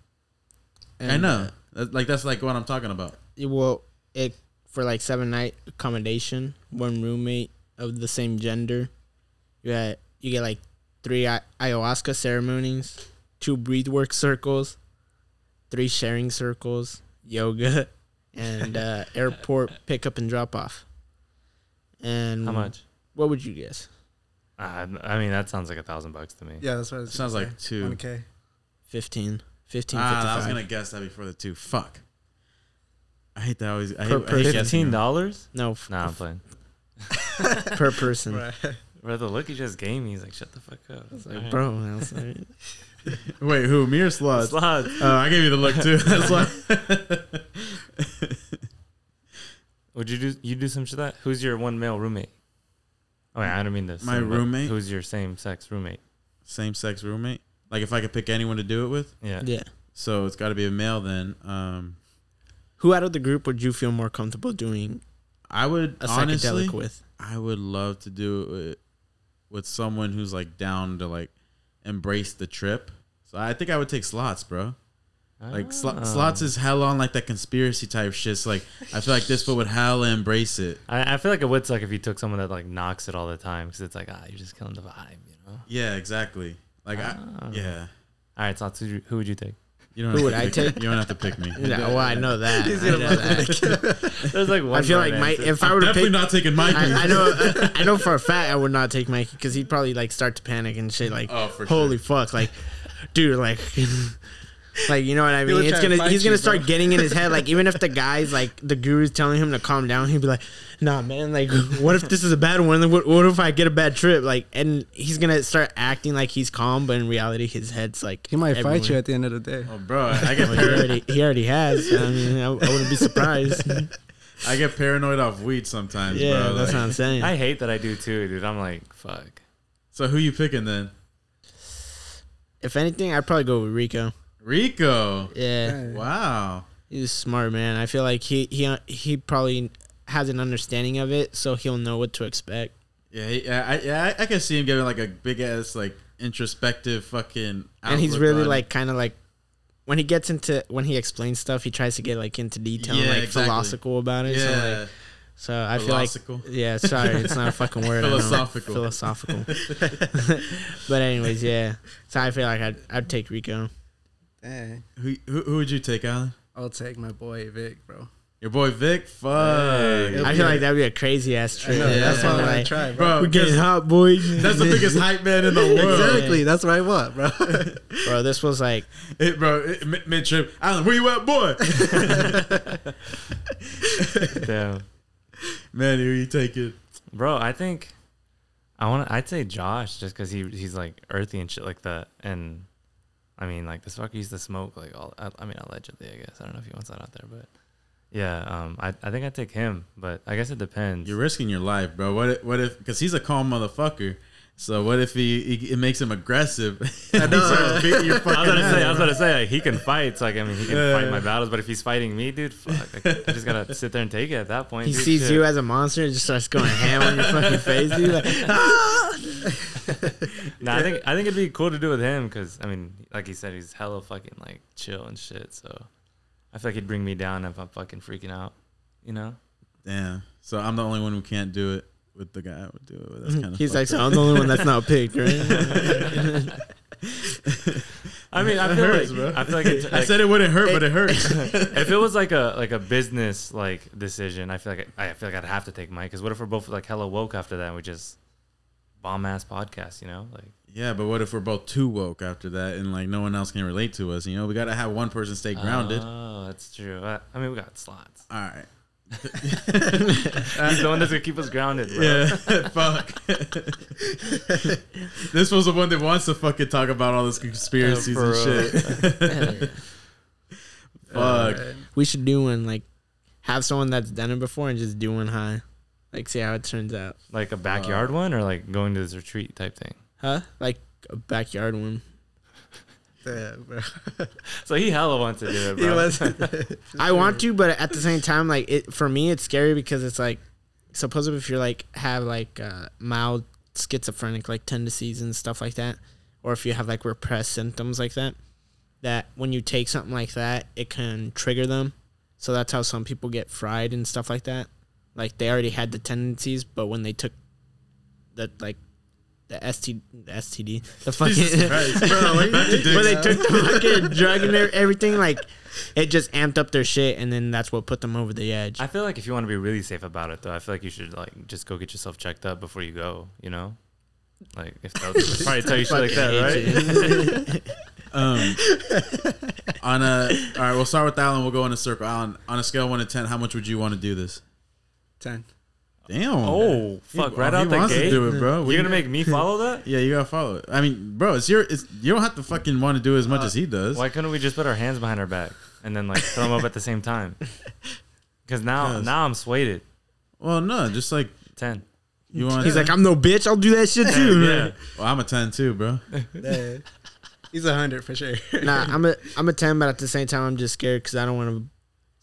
S2: I
S1: and,
S2: know.
S1: uh,
S2: That- like that's like what I'm talking about.
S1: it will it for like seven night accommodation, one roommate of the same gender. You get you get like three ay- ayahuasca ceremonies, two breathwork circles, three sharing circles, yoga, and uh, airport pickup and drop off. And
S4: How much?
S1: What would you guess?
S4: Uh, I mean, that sounds like a thousand bucks to me.
S3: Yeah, that's what it
S2: Sounds like two.
S3: One k.
S1: Fifteen. Fifteen.
S2: Ah, I was
S1: 55.
S2: gonna guess that before the two. Fuck. I hate that. I always I
S1: Per
S2: hate, I hate
S1: person.
S2: guessing
S4: Fifteen
S2: them.
S4: dollars?
S1: No, f-
S4: Nah, I'm playing.
S1: per person.
S4: Bro, the look he just gave me, he's like, "Shut the fuck up." It's
S1: Like,
S4: like,
S1: bro, I was like,
S2: Wait, who? Me or Sludge?
S4: Slot.
S2: Uh, I gave you the look too. That's why.
S4: Would you do you do some shit like that? Who's your one male roommate? Oh, yeah, I don't mean this.
S2: My roommate?
S4: Who's your same sex roommate?
S2: Same sex roommate. Like if I could pick anyone to do it with,
S4: Yeah.
S1: yeah.
S2: so it's got to be a male. Then um,
S1: Who out of the group would you feel more comfortable doing
S2: I would
S1: a
S2: honestly,
S1: psychedelic with?
S2: I would love to do it with someone who's like down to like embrace the trip. So I think I would take slots, bro. Like slo-
S4: Ah.
S2: slots is hell on like that conspiracy type shit. So, like I feel like this foot would hell embrace it.
S4: I, I feel like it would suck if you took someone that like knocks it all the time because it's like ah, you're just killing the vibe, you know.
S2: Yeah, exactly. Like
S4: Ah.
S2: I, yeah.
S4: All right, Slots, who, you- who would you take?
S2: You don't
S1: Who
S2: have
S1: would
S2: to
S1: I take?
S2: pick- You don't have to pick me.
S1: Yeah, well, I know that.
S3: He's
S1: I
S3: gonna
S1: know that.
S4: There's like one.
S1: I feel
S4: right
S1: like Mike.
S4: answer.
S1: If I
S2: I'm
S1: were to
S2: definitely
S1: pick,
S2: not taking Mike.
S1: I, I know, I know for a fact I would not take Mikey because he'd probably like start to panic and shit. Like,
S2: Oh, for
S1: holy fuck, like, dude, like, like you know what I
S3: would
S1: mean? It's
S3: try to
S1: gonna,
S3: fight
S1: he's gonna
S3: you,
S1: start
S3: bro.
S1: getting in his head. Like, even if the guys, like, the guru's telling him to calm down, he'd be like, Nah, man, like, what if this is a bad one? What, what if I get a bad trip? Like, and he's gonna start acting like he's calm, but in reality, his head's like
S3: He might fight you
S1: everywhere.
S3: at the end of the day.
S2: Oh, bro, I get
S1: Well, he already, he already has. I mean, I, I wouldn't be surprised.
S2: I get paranoid off weed sometimes,
S1: yeah,
S2: bro.
S1: that's
S2: like-
S1: what I'm saying.
S4: I hate that I do too, dude. I'm like, fuck.
S2: so who you picking then?
S1: if anything, I'd probably go with Rico.
S2: Rico.
S1: Oh, Yeah,
S2: Wow.
S1: he's a smart man. I feel like he he he probably has an understanding of it, so he'll know what to expect.
S2: Yeah, he, yeah, I, yeah, I, I can see him giving like a big ass like introspective fucking.
S1: and he's
S2: outlook
S1: really
S2: on-
S1: like kind of like when he gets into when he explains stuff, he tries to get like into detail, and,
S2: Yeah,
S1: like
S2: exactly.
S1: philosophical about it. So,
S2: yeah,
S1: like, so I feel like
S2: Philosophical.
S1: yeah. Sorry, it's not a fucking word. I don't know.
S2: Philosophical.
S1: Philosophical. but anyways, yeah. So I feel like I'd I'd take Rico.
S3: Dang.
S2: who, who who would you take, Alan?
S3: I'll take my boy Vic, bro.
S2: Your boy Vic. Fuck.
S4: Hey.
S1: I feel like that'd be a crazy ass trip.
S2: know, that's
S1: Yeah,
S2: why
S3: I
S1: like,
S3: try,
S2: bro.
S1: We're getting
S2: 'cause
S1: hot, boys.
S2: That's the biggest hype man in the world,
S3: Exactly. That's what I want, bro.
S1: bro. This was like
S2: It- bro. Mid trip, Alan, where you at, boy?
S4: Damn.
S2: man, who you taking?
S4: Bro, I think I want. to I'd say Josh just because he he's like earthy and shit like that. And I mean, like this fucker used to smoke like all. I, I mean, allegedly, I guess. I don't know if he wants that out there, but yeah. Um, I I think I'd take him, but I guess it depends.
S2: You're risking your life, bro. What if, what if because he's a calm motherfucker. So what if he, he it makes him aggressive? I know. beating your
S4: I was
S2: fucking
S4: about to
S2: ass.
S4: say, I was about to say, like, he can fight. So, like, I mean, he can fight my battles, but if he's fighting me, dude, fuck, like, I just gotta sit there and take it at that point.
S1: he
S4: dude,
S1: sees
S4: shit.
S1: you as a monster and just starts going ham on your fucking face. Dude. Like,
S4: Nah, I think I think it'd be cool to do with him because I mean, like he said, he's hella fucking like chill and shit. So, I feel like he'd bring me down if I'm fucking freaking out. You know?
S2: Damn. So I'm the only one who can't do it with the guy. I would do it. With. That's kind of
S1: Mm-hmm. he's like, so I'm the only one that's not picked, right?
S4: I mean, I feel like I feel like, it,
S2: I
S4: like,
S2: said it wouldn't hurt, but it hurts.
S4: if it was like a like a business like decision, I feel like I, I feel like I'd have to take Mike. Because what if we're both like hella woke after that? and We just bomb ass podcast, you know? Like,
S2: yeah, but what if we're both too woke after that, and like no one else can relate to us? You know, we gotta have one person stay grounded.
S4: Oh, that's true. I, I mean, we got slots.
S2: All right.
S4: He's the one that's gonna keep us grounded. Bro.
S2: Yeah. Fuck. this was the one that wants to fucking talk about all this conspiracies
S4: Uh,
S2: and
S4: for real.
S2: shit. Fuck.
S1: we should do one like have someone that's done it before and just do one high, like see how it turns out,
S4: Like a backyard one, or like going to this retreat type thing.
S1: huh? Like a backyard one.
S3: Damn, bro.
S4: So he hella wants to do it, bro.
S3: He was.
S1: I want to, but at the same time, like it for me, it's scary because it's like, suppose if you're like have like uh, mild schizophrenic like tendencies and stuff like that, or if you have like repressed symptoms like that, that when you take something like that, it can trigger them. So that's how some people get fried and stuff like that. Like they already had the tendencies, but when they took the like the ST the STD the
S2: Jesus
S1: fucking
S2: Christ, bro, like,
S1: but they took the fucking drug and everything like it just amped up their shit and then that's what put them over the edge.
S4: I feel like if you want to be really safe about it, though, I feel like you should like just go get yourself checked up before you go. You know, like if that was, probably tell you shit like that, right?
S2: Um, on a all right, we'll start with that one. We'll go in a circle. Alan, on a scale of one to ten, how much would you want to do this?
S3: Ten.
S2: Damn.
S4: Oh fuck!
S2: He-
S4: Right
S2: he
S4: out the
S2: wants
S4: gate,
S2: to do it, bro.
S4: You're
S2: We-
S4: gonna make me follow that?
S2: Yeah, you gotta follow it. I mean, bro, it's your. It's you don't have to fucking want to do it as much as he does.
S4: Uh, Why couldn't we just put our hands behind our back and then like throw them up at the same time? Because now,
S2: Yes.
S4: now I'm swayed.
S2: Well, no, just like
S4: Ten.
S2: you want.
S1: He's like, I'm no bitch. I'll do that shit too.
S4: Yeah.
S2: well, I'm a ten too, bro.
S3: He's a hundred for sure.
S1: Nah, I'm a I'm a ten, but at the same time, I'm just scared because I don't want to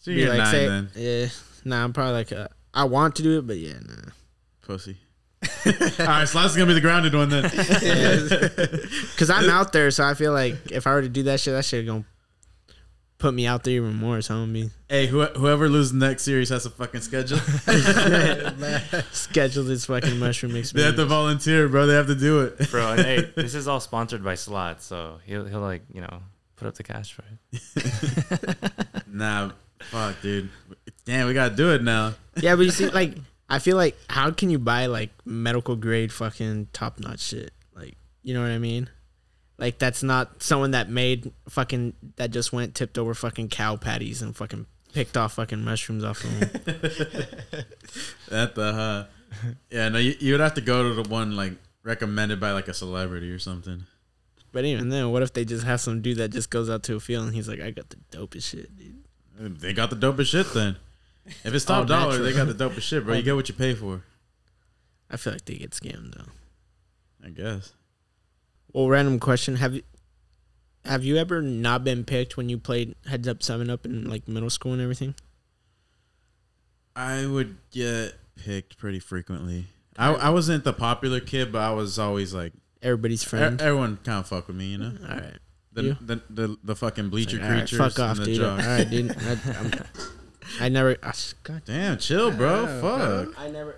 S2: So
S1: be
S2: you're a
S1: like
S2: nine
S1: say
S2: then,
S1: yeah. Nah, I'm probably like a, I want to do it, but yeah, nah.
S2: pussy. all right, so that's gonna be the grounded one then.
S1: Because I'm out there, so I feel like if I were to do that shit, that shit gonna put me out there even more, homie.
S2: hey, who, whoever loses next series has to fucking schedule.
S1: Schedule this fucking mushroom
S2: they have
S1: experience.
S2: to volunteer, bro. They have to do it.
S4: bro. And hey, this is all sponsored by Slot, so he'll he'll like you know put up the cash for it.
S2: Nah, fuck, dude. Damn, we gotta do it now.
S1: yeah, but you see, like, I feel like how can you buy like medical grade fucking top notch shit? Like, you know what I mean? Like, that's not someone that made fucking that just went tipped over fucking cow patties and fucking picked off fucking mushrooms off of them.
S2: At the huh. Yeah, no, you, you would have to go to the one like recommended by like a celebrity or something.
S1: but even then, what if they just have some dude that just goes out to a field and he's like, I got the dopest shit, dude.
S2: They got the dopest shit then. If it's top
S1: All
S2: dollar,
S1: natural.
S2: they got the dopest shit, bro. You get what you pay for,
S1: I feel like they get scammed though.
S2: I guess.
S1: Well, random question: Have you have you ever not been picked when you played Heads Up Seven Up in like middle school and everything?
S2: I would get picked pretty frequently. I, I wasn't the popular kid, but I was always like
S1: Everybody's
S2: e-
S1: friend.
S2: everyone kind of fuck with me, you know.
S1: All right,
S2: The
S1: You?
S2: the, the, the fucking bleacher
S1: All right,
S2: creatures,
S1: fuck off,
S2: and the
S1: dude. All
S2: jocks.
S1: right, dude. I, I'm- I never. I, s- God,
S2: Damn, chill, bro. fuck.
S1: I never.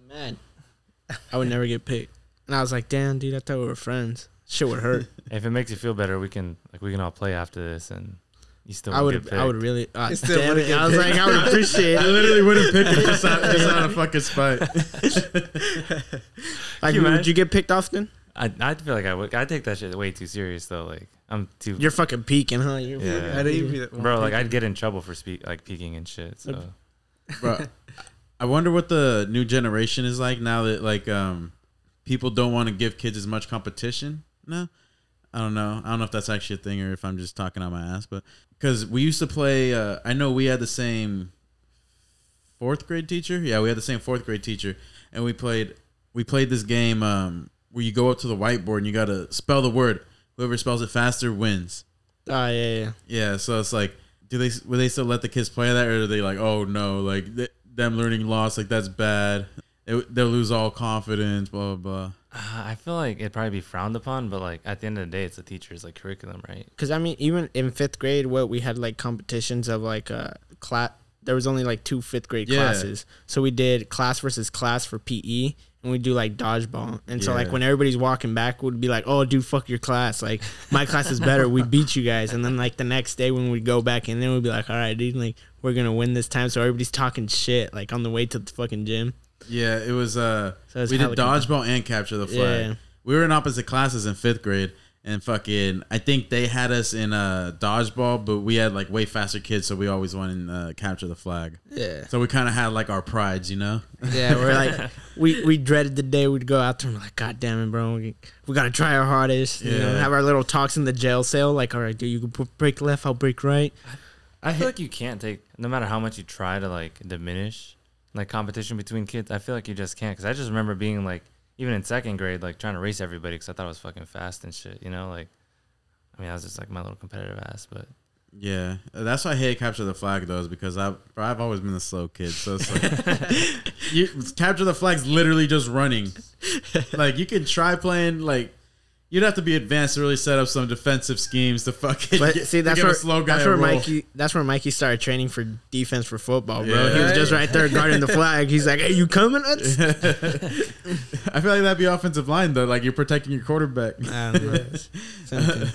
S1: I'm mad. I would never get picked, and I was like, "Damn, dude, I thought we were friends. Shit would hurt.
S4: If it makes you feel better, we can like we can all play after this, and you still
S1: I
S4: won't
S1: would.
S4: get
S1: I would
S4: picked.
S1: really. ah,
S3: You still
S1: damn
S3: wouldn't
S1: it.
S3: get
S1: I was like, I would appreciate.
S2: I
S1: it.
S2: literally wouldn't pick it just out, just out of fucking spite.
S1: Like,
S4: you
S1: would
S4: imagine?
S1: you get picked often?
S4: I I feel like I would. I take that shit way too serious though. Like I'm too.
S1: You're fucking peeking, huh? You're
S4: Yeah.
S3: How do you be the
S4: Bro, like I'd get in trouble for speak like peeking and shit. So
S2: Bro, I wonder what the new generation is like now that like um people don't want to give kids as much competition. No, I don't know. I don't know if that's actually a thing or if I'm just talking out my ass. But because we used to play, uh, I know we had the same fourth grade teacher. Yeah, we had the same fourth grade teacher, and we played we played this game um, where you go up to the whiteboard and you gotta spell the word. Whoever spells it faster wins.
S1: Oh yeah, yeah.
S2: Yeah, so it's like, do they will they still let the kids play that, or are they like, oh no, like th- them learning loss, like that's bad. It, they'll lose all confidence, blah blah.
S4: uh, I feel like it'd probably be frowned upon, but like at the end of the day, it's the teacher's like curriculum, right?
S1: Because I mean, even in fifth grade, what we had like competitions of like uh class. There was only like two fifth grade
S2: Yeah.
S1: classes, so we did class versus class for PE, and we do like dodgeball. And so like
S2: Yeah.
S1: when everybody's walking back, we'd be like, "Oh, dude, fuck your class! Like my class is better. We beat you guys." And then like the next day when we go back, and then we'd be like, "All right, dude, like we're gonna win this time." So everybody's talking shit like on the way to the fucking gym.
S2: blah. Yeah, it was. Uh,
S1: So it's
S2: we did
S1: hella competitive.
S2: dodgeball and capture the flag.
S1: Yeah.
S2: We were in opposite classes in fifth grade, and fucking, I think they had us in uh dodgeball, but we had like way faster kids, so we always won in uh, capture the flag.
S1: Yeah,
S2: So we kind of had like our prides, you know.
S1: yeah. We're like, we we dreaded the day we'd go out there and we're like, God damn it, bro, we, we gotta try our hardest. You know,
S2: Yeah.
S1: have our little talks in the jail cell. Like, all right, dude, you can p- break left, I'll break right.
S4: I feel like you can't take no matter how much you try to like diminish like competition between kids. I feel like you just can't because I just remember being like even in second grade like trying to race everybody because I thought I was fucking fast and shit. You know, like I mean I was just like my little competitive ass, but
S2: Yeah, uh, that's why I hate capture the flag though, is because I've I've always been the slow kid. So it's like you, capture the flag's literally just running. Like you can try playing like You'd have to be advanced to really set up some defensive schemes to fucking
S1: But
S2: get,
S1: see,
S2: to
S1: that's
S2: give
S1: where
S2: a slow guy
S1: that's
S2: a
S1: where
S2: roll.
S1: Mikey that's where Mikey started training for defense for football, bro.
S2: Yeah.
S1: He was just right there guarding the flag. He's like, "Hey, you coming?" Let's-"
S2: I feel like that'd be offensive line though. Like you're protecting your quarterback.
S1: I don't know. Something.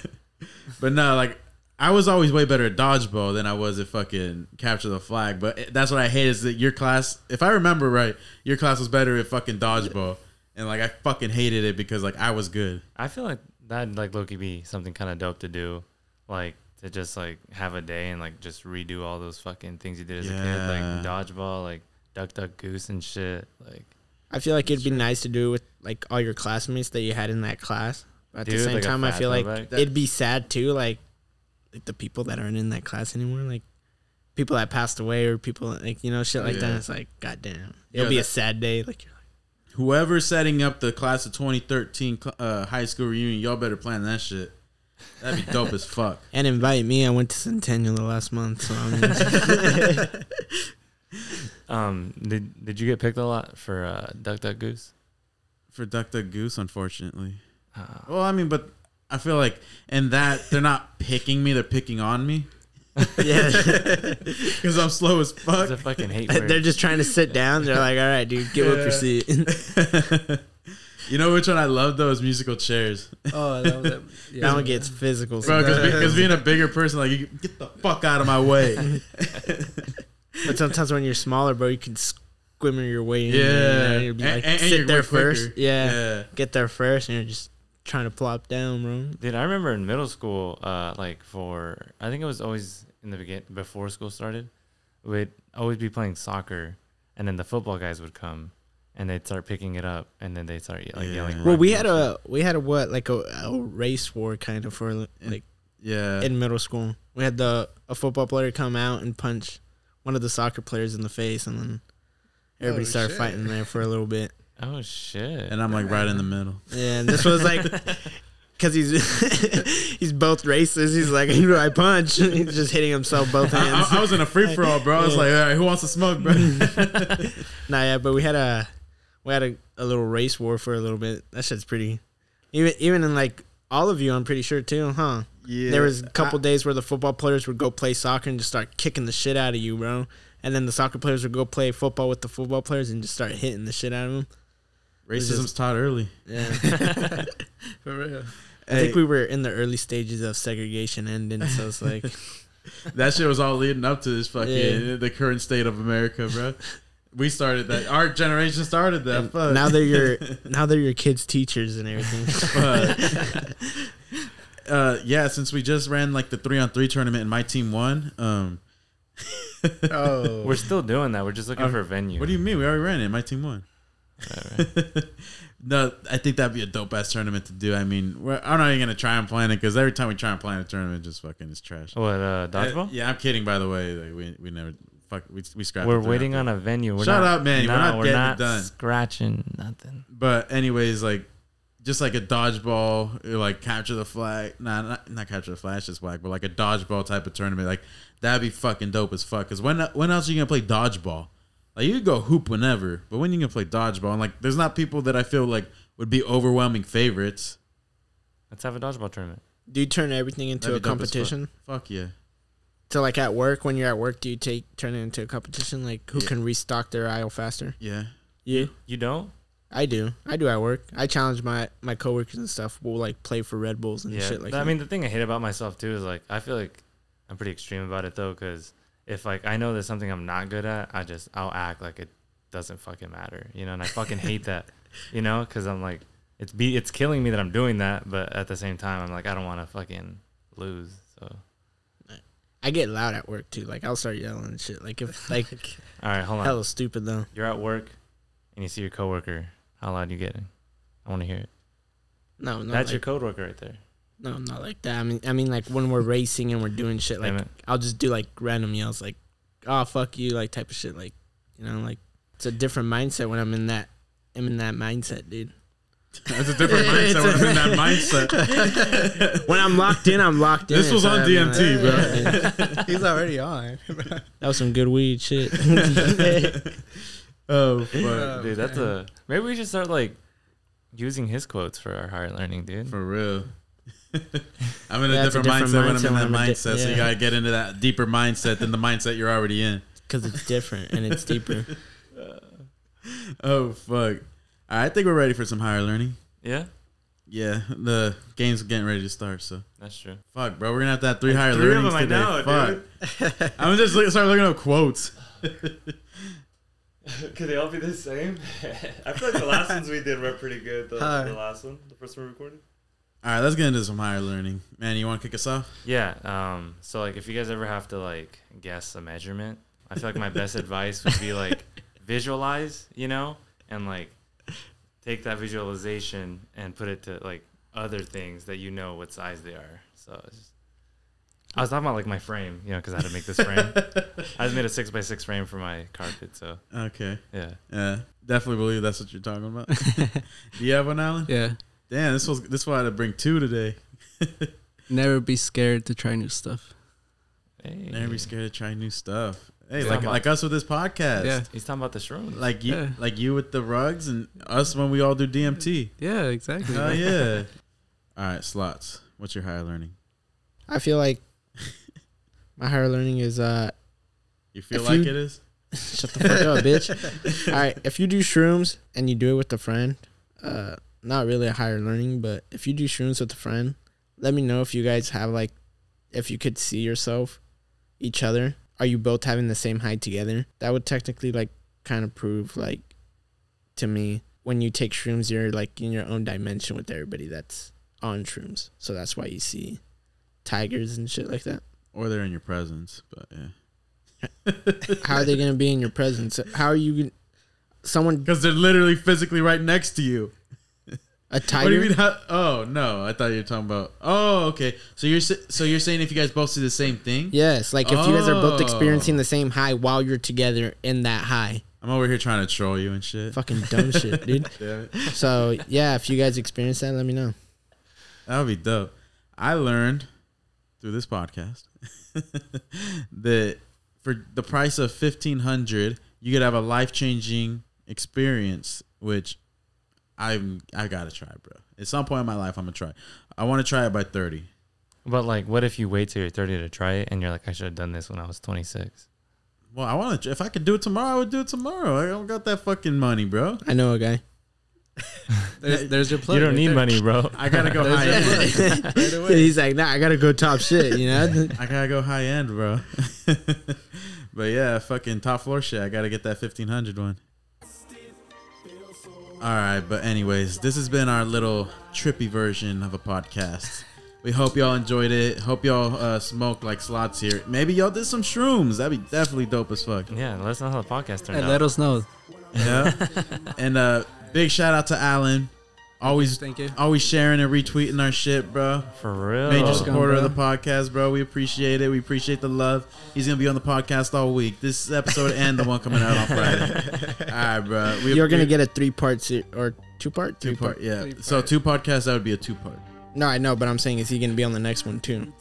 S2: But no, like I was always way better at dodgeball than I was at fucking capture the flag. But it- that's what I hate is that your class, if I remember right, your class was better at fucking dodgeball, and like I fucking hated it because like I was good.
S4: I feel like that'd like Loki be something kind of dope to do, like to just like have a day and like just redo all those fucking things you did as
S2: Yeah.
S4: a kid, like dodgeball, like duck duck goose and shit. Like,
S1: I feel like it'd be nice to do with like all your classmates that you had in that class. But at the
S4: Dude,
S1: same
S4: like a
S1: time, I
S4: fat
S1: feel like
S4: throwback.
S1: it'd be sad too, like, like the people that aren't in that class anymore, like people that passed away or people like you know shit like
S2: Yeah.
S1: that. It's like, goddamn, it'll
S2: Yeah,
S1: be a
S2: that-
S1: sad day. Like, you're like,
S2: Whoever's setting up the class of 2013 cl- uh, high school reunion, y'all better plan that shit. That'd be dope as fuck.
S1: and invite me. I went to Centennial the last month, so I mean,
S4: um, did did you get picked a lot for uh, duck duck goose?
S2: For Duck Duck Goose, unfortunately.
S4: Uh,
S2: Well, I mean, but I feel like in that they're not picking me; they're picking on me
S1: yeah.
S2: because I'm slow as fuck.
S4: it's a fucking hate. word.
S1: They're just trying to sit down. They're like, all right, dude, give up your seat.
S2: You know which one I love though is musical chairs,
S3: Oh, I love that.
S1: that
S3: Yeah.
S1: one gets physical.
S2: bro.
S1: sometimes.
S2: Because being a bigger person, like, you get the fuck out of my way.
S1: But sometimes when you're smaller, bro, you can squimmer your way in.
S2: Yeah,
S1: and you'll be
S2: And-
S1: like,
S2: and- and
S1: sit
S2: you're
S1: there
S2: way quicker.
S1: first. Yeah,
S2: yeah.
S1: get there first, and you're just trying to plop down, bro.
S4: Dude, I remember in middle school, uh, like for I think it was always in the begin before school started, we'd always be playing soccer, and then the football guys would come, and they'd start picking it up, and then they'd start ye- like
S2: Yeah.
S4: yelling.
S1: Well, we
S4: rugby
S1: had
S4: and
S1: a we had a what like a, a race war kind of for like
S2: Yeah.
S1: in middle school. We had the a football player come out and punch one of the soccer players in the face, and then everybody
S3: Oh,
S1: started
S3: shit.
S1: fighting there for a little bit.
S4: shit. Oh shit!
S2: and I'm like right in the middle.
S1: And this was like because he's he's both races. He's like, who do I punch? he's just hitting himself both hands.
S2: I, I- I was in a free for all, bro. I was like, all right, who wants to smoke, bro?
S1: Nah, yeah, but we had a we had a, a little race war for a little bit. That shit's pretty. Even even in like all of you, I'm pretty sure too, huh?
S2: Yeah.
S1: There was a couple days where the football players would go play soccer and just start kicking the shit out of you, bro. And then the soccer players would go play football with the football players and just start hitting the shit out of them.
S2: Racism's taught early.
S1: Yeah,
S3: For real.
S1: I think we were in the early stages of segregation ending, so it's like
S2: That shit was all leading up to this fucking
S1: Yeah.
S2: the current state of America, bro. We started that. Our generation started that. Fuck.
S1: now they're your now they're your kids' teachers and everything.
S2: But, uh, yeah, since we just ran like the three on three tournament and my team won, um,
S3: Oh.
S4: We're still doing that. We're just looking
S2: Um,
S4: for a venue.
S2: what do you mean? We already ran it. My team won.
S4: Whatever.
S2: No, I think that'd be a dope ass tournament to do. I mean, we're, I'm not even gonna try and plan it because every time we try and plan a tournament, just fucking is trash.
S4: what uh,
S2: Uh,
S4: dodgeball?
S2: yeah, I'm kidding. By the way, like, we we never fuck we we scrapped.
S4: We're
S2: the three
S4: waiting
S2: three.
S4: on a venue. We're
S2: Shut
S4: not,
S2: up, man. We're
S4: no,
S2: not
S4: we're
S2: getting it
S4: not
S2: done.
S4: scratching nothing.
S2: But anyways, like just like a dodgeball, or, like capture the flag. Nah, not, not capture the flag, it's just whack. But like a dodgeball type of tournament, like that'd be fucking dope as fuck. Cause when when else are you gonna play dodgeball? Like you could go hoop whenever, but when you gonna play dodgeball? And like, there's not people that I feel like would be overwhelming favorites.
S4: Let's have a dodgeball tournament.
S1: Do you turn everything into a
S2: That'd be dope as fuck.
S1: competition?
S2: Fuck yeah.
S1: So like at work, when you're at work, do you take turn it into a competition? Like who
S2: Yeah.
S1: can restock their aisle faster?
S2: Yeah.
S1: Yeah,
S4: You don't?
S1: I do. I do at work. I challenge my my coworkers and stuff. We'll like play for Red Bulls and
S4: yeah.
S1: shit like
S4: I
S1: that.
S4: mean, the thing I hate about myself too is like I feel like I'm pretty extreme about it though, because if like I know there's something I'm not good at, I just I'll act like it doesn't fucking matter, you know. And I fucking hate that, you know, because I'm like it's be it's killing me that I'm doing that, but at the same time I'm like I don't want to fucking lose. So
S1: I get loud at work too. Like I'll start yelling and shit. Like if like
S4: all right, hold on.
S1: hella stupid though.
S4: You're at work and you see your coworker. How loud you getting? I want to hear it.
S1: No, no,
S4: That's
S1: like,
S4: your coworker right there.
S1: no, not like that. I mean, I mean like when we're racing and we're doing shit
S4: Damn
S1: like
S4: it.
S1: I'll just do like random yells like, "Oh fuck you," like type of shit. Like you know, like it's a different mindset when I'm in that. I'm in that mindset, dude.
S2: That's a different mindset. when I'm in that mindset.
S1: When I'm locked in, I'm locked in.
S2: This was
S1: So,
S2: on
S1: I mean, like-
S2: DMT, bro.
S3: He's already on.
S1: That was some good weed shit.
S2: Oh fuck.
S4: uh,
S3: uh,
S4: Dude, that's a maybe we should start like using his quotes for our higher learning, dude.
S2: For real. I'm in a,
S1: That's a
S2: different,
S1: different
S2: mindset, when I'm
S1: mindset when
S2: in that
S1: I'm in di-
S2: mindset. So
S1: yeah.
S2: you gotta get into that deeper mindset than the mindset you're already in.
S1: because it's different and it's deeper.
S2: Oh fuck! I think we're ready for some higher learning.
S4: Yeah,
S2: Yeah, the game's getting ready to start. So
S4: that's true.
S2: fuck, bro, we're gonna have to have three higher
S4: three of
S2: learnings
S4: them I
S2: today.
S4: know,
S2: fuck. I'm gonna just look, start looking up quotes.
S4: Could they all be the same? I feel like the last ones we did were pretty good. The,
S3: Hi. the
S4: last one, the first one we recorded.
S2: All right, let's get into some higher learning. Man, you want to kick us off?
S4: Yeah. Um. So like, if you guys ever have to like guess a measurement, I feel like my best advice would be like visualize, you know, and like take that visualization and put it to like other things that you know what size they are. So it's just, I was talking about like my frame, you know, because I had to make this frame. I just made a six by six frame for my carpet. So
S2: Okay.
S4: yeah.
S2: Yeah, definitely believe that's what you're talking about. Do you have one, Alan?
S3: Yeah.
S2: Damn, this was this why I had to bring two today.
S3: Never be scared to try new stuff.
S4: Hey.
S2: Never be scared to try new stuff. Hey,
S4: Yeah.
S2: like like us with this podcast.
S3: Yeah.
S4: He's talking about the shrooms.
S2: Like you,
S3: Yeah.
S2: like you with the rugs, and us when we all do DMT.
S3: Yeah, exactly.
S2: Hell yeah! all right, slots. What's your higher learning?
S1: I feel like my higher learning is uh
S2: You feel
S1: If
S2: like
S1: you-
S2: it is?
S1: shut the fuck up, bitch. All right, if you do shrooms and you do it with a friend, uh, not really a higher learning, but if you do shrooms with a friend, let me know if you guys have like, if you could see yourself, each other. Are you both having the same height together? That would technically like kind of prove like, to me, when you take shrooms, you're like in your own dimension with everybody that's on shrooms. So that's why you see tigers and shit like that.
S2: Or they're in your presence, but yeah,
S1: How are they gonna be in your presence? How are you? gonna- Someone
S2: because they're literally physically right next to you.
S1: A tiger?
S2: What do you mean? How, oh no, I thought you were talking about. Oh, okay. So you're s- so you're saying if you guys both see the same thing?
S1: Yes, like if you guys are both
S2: Oh.
S1: experiencing the same high while you're together in that high.
S2: I'm over here trying to troll you and shit.
S1: Fucking dumb shit, dude.
S2: Damn it.
S1: So yeah, if you guys experience that, let me know.
S2: That would be dope. I learned through this podcast that for the price of fifteen hundred, you could have a life changing experience, which I'm I gotta try, bro. At some point in my life, I'm gonna try. I want to try it by thirty.
S4: But like, what if you wait till you're 30 to try it, and you're like, I should have done this when I was 26.
S2: Well, I want to. If I could do it tomorrow, I would do it tomorrow. I don't got that fucking money, bro.
S1: I know a guy.
S3: There's, there's your plug.
S4: you don't
S3: right
S4: need
S3: there.
S4: money, bro.
S2: I gotta go high end.
S1: He's like, nah, I gotta go top shit, you know?
S2: I gotta go high end, bro. but yeah, fucking top floor shit. I gotta get that 1500 one. All right, but anyways, this has been our little trippy version of a podcast. We hope y'all enjoyed it. Hope y'all uh, smoked like slots here. Maybe y'all did some shrooms. That'd be definitely dope as fuck.
S4: Yeah, let us know how the podcast turned
S3: Hey,
S4: out.
S3: let us know.
S2: Yeah. and uh, big shout out to Alan. Always,
S3: Thank you.
S2: always sharing and retweeting our shit, bro.
S4: For real.
S1: Oh,
S2: Major
S3: Welcome,
S2: supporter of
S3: bro.
S2: the podcast, bro. We appreciate it. We appreciate the love. He's gonna be on the podcast all week. This episode and the one coming out on Friday. all right, bro. We,
S1: You're gonna
S2: we-
S1: get a three part se- or two part?
S2: two part. Yeah.
S3: Three
S2: So
S3: part.
S2: two podcasts. That would be a two part.
S1: No, I know, but I'm saying is he gonna be on the next one too?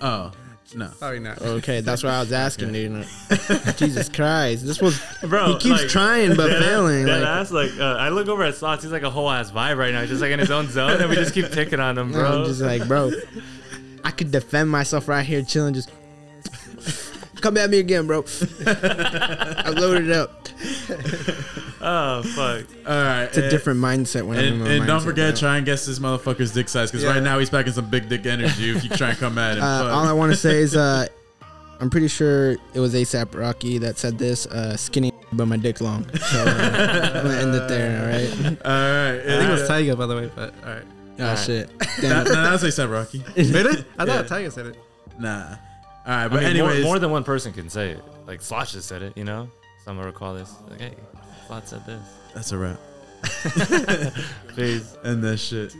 S2: Oh no.
S3: Probably not.
S1: Okay, that's what I was asking, dude. Jesus Christ. This was He keeps
S4: like,
S1: trying but
S4: dead ass-
S1: failing.
S4: dead
S1: Like,
S4: ass, like, uh, I look over at Slots. He's like a whole ass vibe right now. He's just like in his own zone, and we just keep picking on him, bro.
S1: I'm just like, bro, I could defend myself right here chilling, just come at me again, bro. I loaded it up.
S4: oh fuck.
S2: All right.
S1: It's a different mindset when I'm in
S2: And,
S1: my
S2: and don't
S1: mindset,
S2: forget,
S1: bro.
S2: try and guess this motherfucker's dick size because
S3: Yeah.
S2: right now he's packing some big dick energy. If you try and come at him,
S1: Uh,
S2: Fuck.
S1: all I want to say is, uh, I'm pretty sure it was ASAP Rocky that said this. Uh, skinny, but my dick long. So uh, I'm gonna end it there. All right.
S2: all right.
S3: I think it was
S2: Yeah.
S3: Tyga, by the way, but all right.
S1: Oh
S4: Alright.
S1: shit.
S2: Nah,
S1: Damn it.
S2: nah, that's what he said, Rocky.
S3: Did it? I
S2: Yeah.
S3: thought Tyga said it.
S2: Nah. All right,
S4: I
S2: but
S4: mean,
S2: anyways,
S4: more, more than one person can say it. Like Slots just said it, you know. Some will recall this. Like, hey, Slots said this.
S2: that's a wrap.
S4: Please.
S2: End that shit.